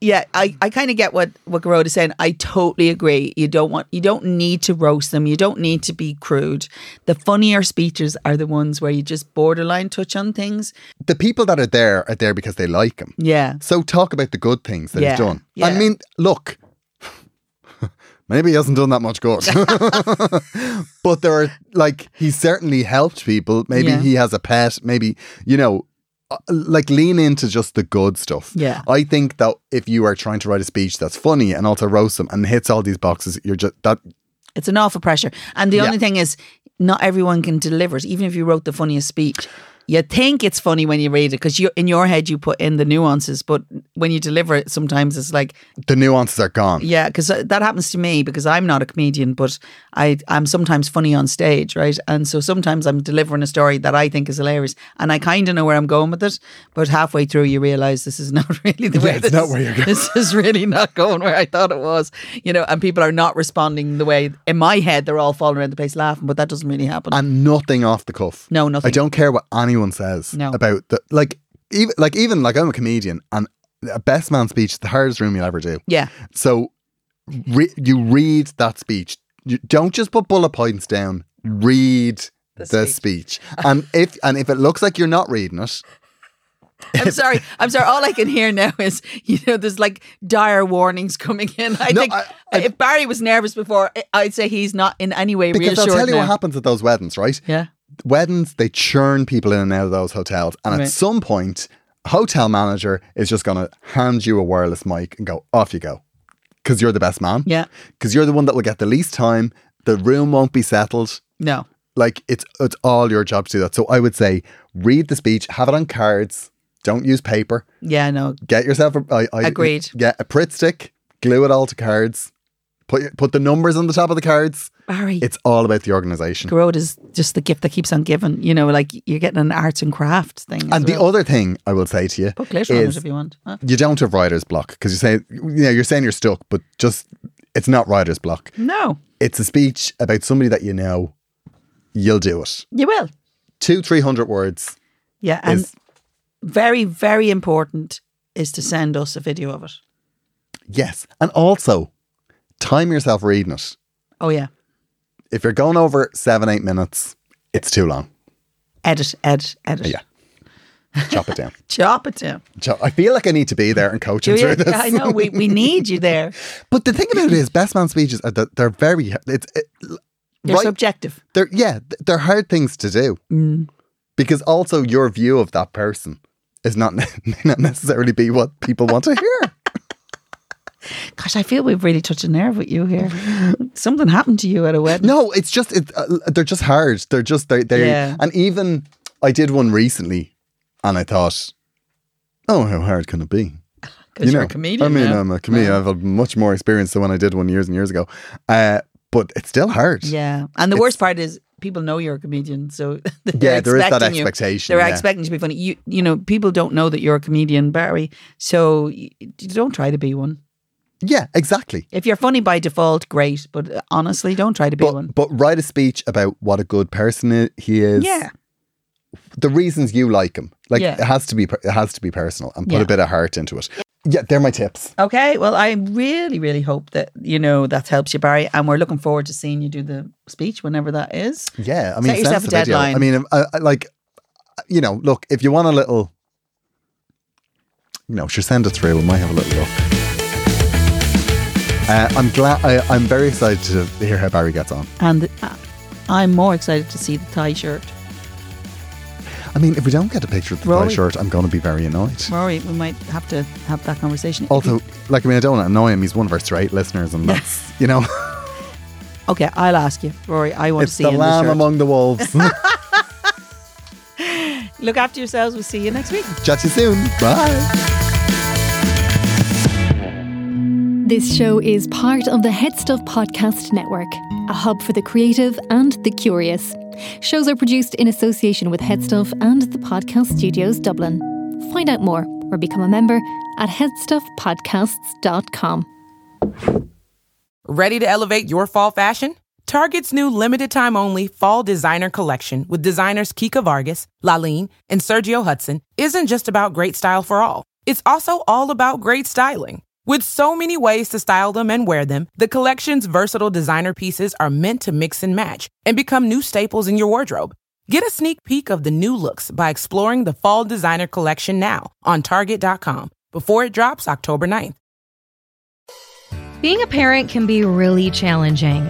Speaker 4: Yeah, I, I kind of get what what Garode is saying. I totally agree. You don't want you don't need to roast them. You don't need to be crude. The funnier speeches are the ones where you just borderline touch on things.
Speaker 3: The people that are there are there because they like him.
Speaker 4: Yeah,
Speaker 3: So talk about the good things that
Speaker 4: Yeah,
Speaker 3: he's done. I
Speaker 4: yeah.
Speaker 3: mean, look, <laughs> maybe he hasn't done that much good, <laughs> but there are like he certainly helped people. Maybe
Speaker 4: Yeah.
Speaker 3: he has a pet. Maybe you know, uh, like lean into just the good stuff.
Speaker 4: Yeah.
Speaker 3: I think that if you are trying to write a speech that's funny and also roast them and hits all these boxes, you're just that.
Speaker 4: it's an awful pressure. And the
Speaker 3: Yeah.
Speaker 4: only thing is, not everyone can deliver it. Even if you wrote the funniest speech, you think it's funny when you read it because you in your head you put in the nuances, but when you deliver it, sometimes it's like,
Speaker 3: The nuances are gone.
Speaker 4: yeah, because that happens to me because I'm not a comedian, but I I'm sometimes funny on stage, right? And so sometimes I'm delivering a story that I think is hilarious, and I kind of know where I'm going with it, but halfway through you realize this is not <laughs> really the way.
Speaker 3: it's
Speaker 4: this
Speaker 3: not
Speaker 4: is-
Speaker 3: where you're going.
Speaker 4: this is really not going where I thought it was, you know, and people are not responding the way in my head they're all falling around the place laughing, but that doesn't really happen.
Speaker 3: and nothing off the cuff.
Speaker 4: No, nothing.
Speaker 3: I don't care what anyone says
Speaker 4: No.
Speaker 3: about the like even like even like I'm a comedian and a best man speech is the hardest room you'll ever do.
Speaker 4: yeah.
Speaker 3: So re- you read that speech. You don't just put bullet points down. Read the, speech. And if and if it looks like you're not reading it, <laughs>
Speaker 4: I'm sorry. I'm sorry. All I can hear now is, you know, there's like dire warnings coming in. I
Speaker 3: No,
Speaker 4: think
Speaker 3: I- I-
Speaker 4: if Barry was nervous before, I- I'd say he's not in any way
Speaker 3: Because I'll
Speaker 4: reassured
Speaker 3: tell you
Speaker 4: now.
Speaker 3: what happens at those weddings, right?
Speaker 4: Yeah.
Speaker 3: Weddings, they churn people in and out of those hotels. And at
Speaker 4: Right.
Speaker 3: some point, a hotel manager is just going to hand you a wireless mic and go, off you go. Because you're the best man.
Speaker 4: Yeah.
Speaker 3: Because you're the one that will get the least time. The room won't be settled.
Speaker 4: No.
Speaker 3: Like it's it's all your job to do that. So I would say read the speech, have it on cards, don't use paper.
Speaker 4: Yeah. No.
Speaker 3: Get yourself a I, I,
Speaker 4: Agreed.
Speaker 3: Get a Pritt stick, glue it all to cards, put put the numbers on the top of the cards.
Speaker 4: Barry.
Speaker 3: It's all about the organisation.
Speaker 4: Growth is just the gift that keeps on giving. You know, like you're getting an arts and crafts thing. as
Speaker 3: And the
Speaker 4: well.
Speaker 3: other thing I will say to you
Speaker 4: Put glitter on it
Speaker 3: is
Speaker 4: if you want. Uh, Huh?
Speaker 3: you don't have writer's block because you say you know you're saying you're stuck, but just it's not writer's block.
Speaker 4: No.
Speaker 3: It's a speech about somebody that you know. You'll do it.
Speaker 4: You will.
Speaker 3: Two three hundred words
Speaker 4: Yeah. And
Speaker 3: is
Speaker 4: very, very important is to send us a video of it.
Speaker 3: yes, and also time yourself reading it.
Speaker 4: Oh, yeah.
Speaker 3: If you're going over seven eight minutes, it's too long.
Speaker 4: Edit, edit, edit.
Speaker 3: Yeah. Chop it down. <laughs>
Speaker 4: Chop it down.
Speaker 3: Jo- I feel like I need to be there and coach him
Speaker 4: Do you?
Speaker 3: through this.
Speaker 4: I
Speaker 3: <laughs>
Speaker 4: know. We, we need you there.
Speaker 3: But the thing about it is, best man speeches are that they're very it's it,
Speaker 4: You're
Speaker 3: right.
Speaker 4: subjective.
Speaker 3: They're yeah, th- they're hard things to do
Speaker 4: Mm.
Speaker 3: because also your view of that person is not <laughs> ne- may not necessarily be what people want to hear.
Speaker 4: <laughs> Gosh, I feel we've really touched a nerve with you <laughs> here. Something happened to you at a wedding.
Speaker 3: No, it's just it, uh, they're just hard. They're just they they
Speaker 4: Yeah.
Speaker 3: and even I did one recently, and I thought, oh, how hard can it be?
Speaker 4: because you are a comedian.
Speaker 3: I mean, um,
Speaker 4: now.
Speaker 3: I'm a comedian. I've had much more experience than when I did one years and years ago. Uh, but it's still hard.
Speaker 4: yeah. And the worst part is people know you're a comedian, so <laughs> they're
Speaker 3: Yeah, there is that
Speaker 4: expecting you.
Speaker 3: expectation,
Speaker 4: They're
Speaker 3: yeah.
Speaker 4: expecting you to be funny. You, you know, people don't know that you're a comedian, Barry. So you, you don't try to be one.
Speaker 3: Yeah, exactly.
Speaker 4: If you're funny by default, great. But uh, honestly, don't try to be
Speaker 3: But,
Speaker 4: one.
Speaker 3: but write a speech about what a good person i- he is.
Speaker 4: Yeah,
Speaker 3: The reasons you like him. Like
Speaker 4: Yeah.
Speaker 3: it has to be per- it has to be personal and put
Speaker 4: Yeah.
Speaker 3: a bit of heart into it. Yeah, they're my tips.
Speaker 4: Okay, well, I really, really hope that you know that helps you, Barry, and we're looking forward to seeing you do the speech whenever that is.
Speaker 3: Yeah, I mean,
Speaker 4: Set yourself
Speaker 3: send us
Speaker 4: a
Speaker 3: the video.
Speaker 4: deadline.
Speaker 3: I mean, I, I, like you know, look if you want a little, you know, sure, send it through. We might have a little look. Uh, I'm glad. I, I'm very excited to hear how Barry gets on.
Speaker 4: And uh, I'm more excited to see the tie shirt,
Speaker 3: I mean, if we don't get a picture of the pie
Speaker 4: Rory.
Speaker 3: shirt, I'm going to be very annoyed.
Speaker 4: Rory. We might have to have that conversation.
Speaker 3: Also, like, I mean, I don't want to annoy him. He's one of our straight listeners, and that's, you know,
Speaker 4: okay, I'll ask you, Rory. I
Speaker 3: <laughs>
Speaker 4: want
Speaker 3: it's
Speaker 4: to see
Speaker 3: the
Speaker 4: you in
Speaker 3: lamb
Speaker 4: the shirt.
Speaker 3: among the
Speaker 4: <laughs>
Speaker 3: wolves. Chat
Speaker 4: Look after yourselves. We'll see you next week.
Speaker 3: to you soon. Bye.
Speaker 2: This show is part of the Head Stuff Podcast Network, a hub for the creative and the curious. Shows are produced in association with Headstuff and the Podcast Studios Dublin. Find out more or become a member at headstuffpodcasts.com.
Speaker 1: Ready to elevate your fall fashion? Target's new limited time only fall designer collection with designers Kika Vargas, Laleen, and Sergio Hudson isn't just about great style for all. It's also all about great styling. With so many ways to style them and wear them, the collection's versatile designer pieces are meant to mix and match and become new staples in your wardrobe. Get a sneak peek of the new looks by exploring the fall designer collection now on Target.com before it drops October 9th.
Speaker 9: Being a parent can be really challenging.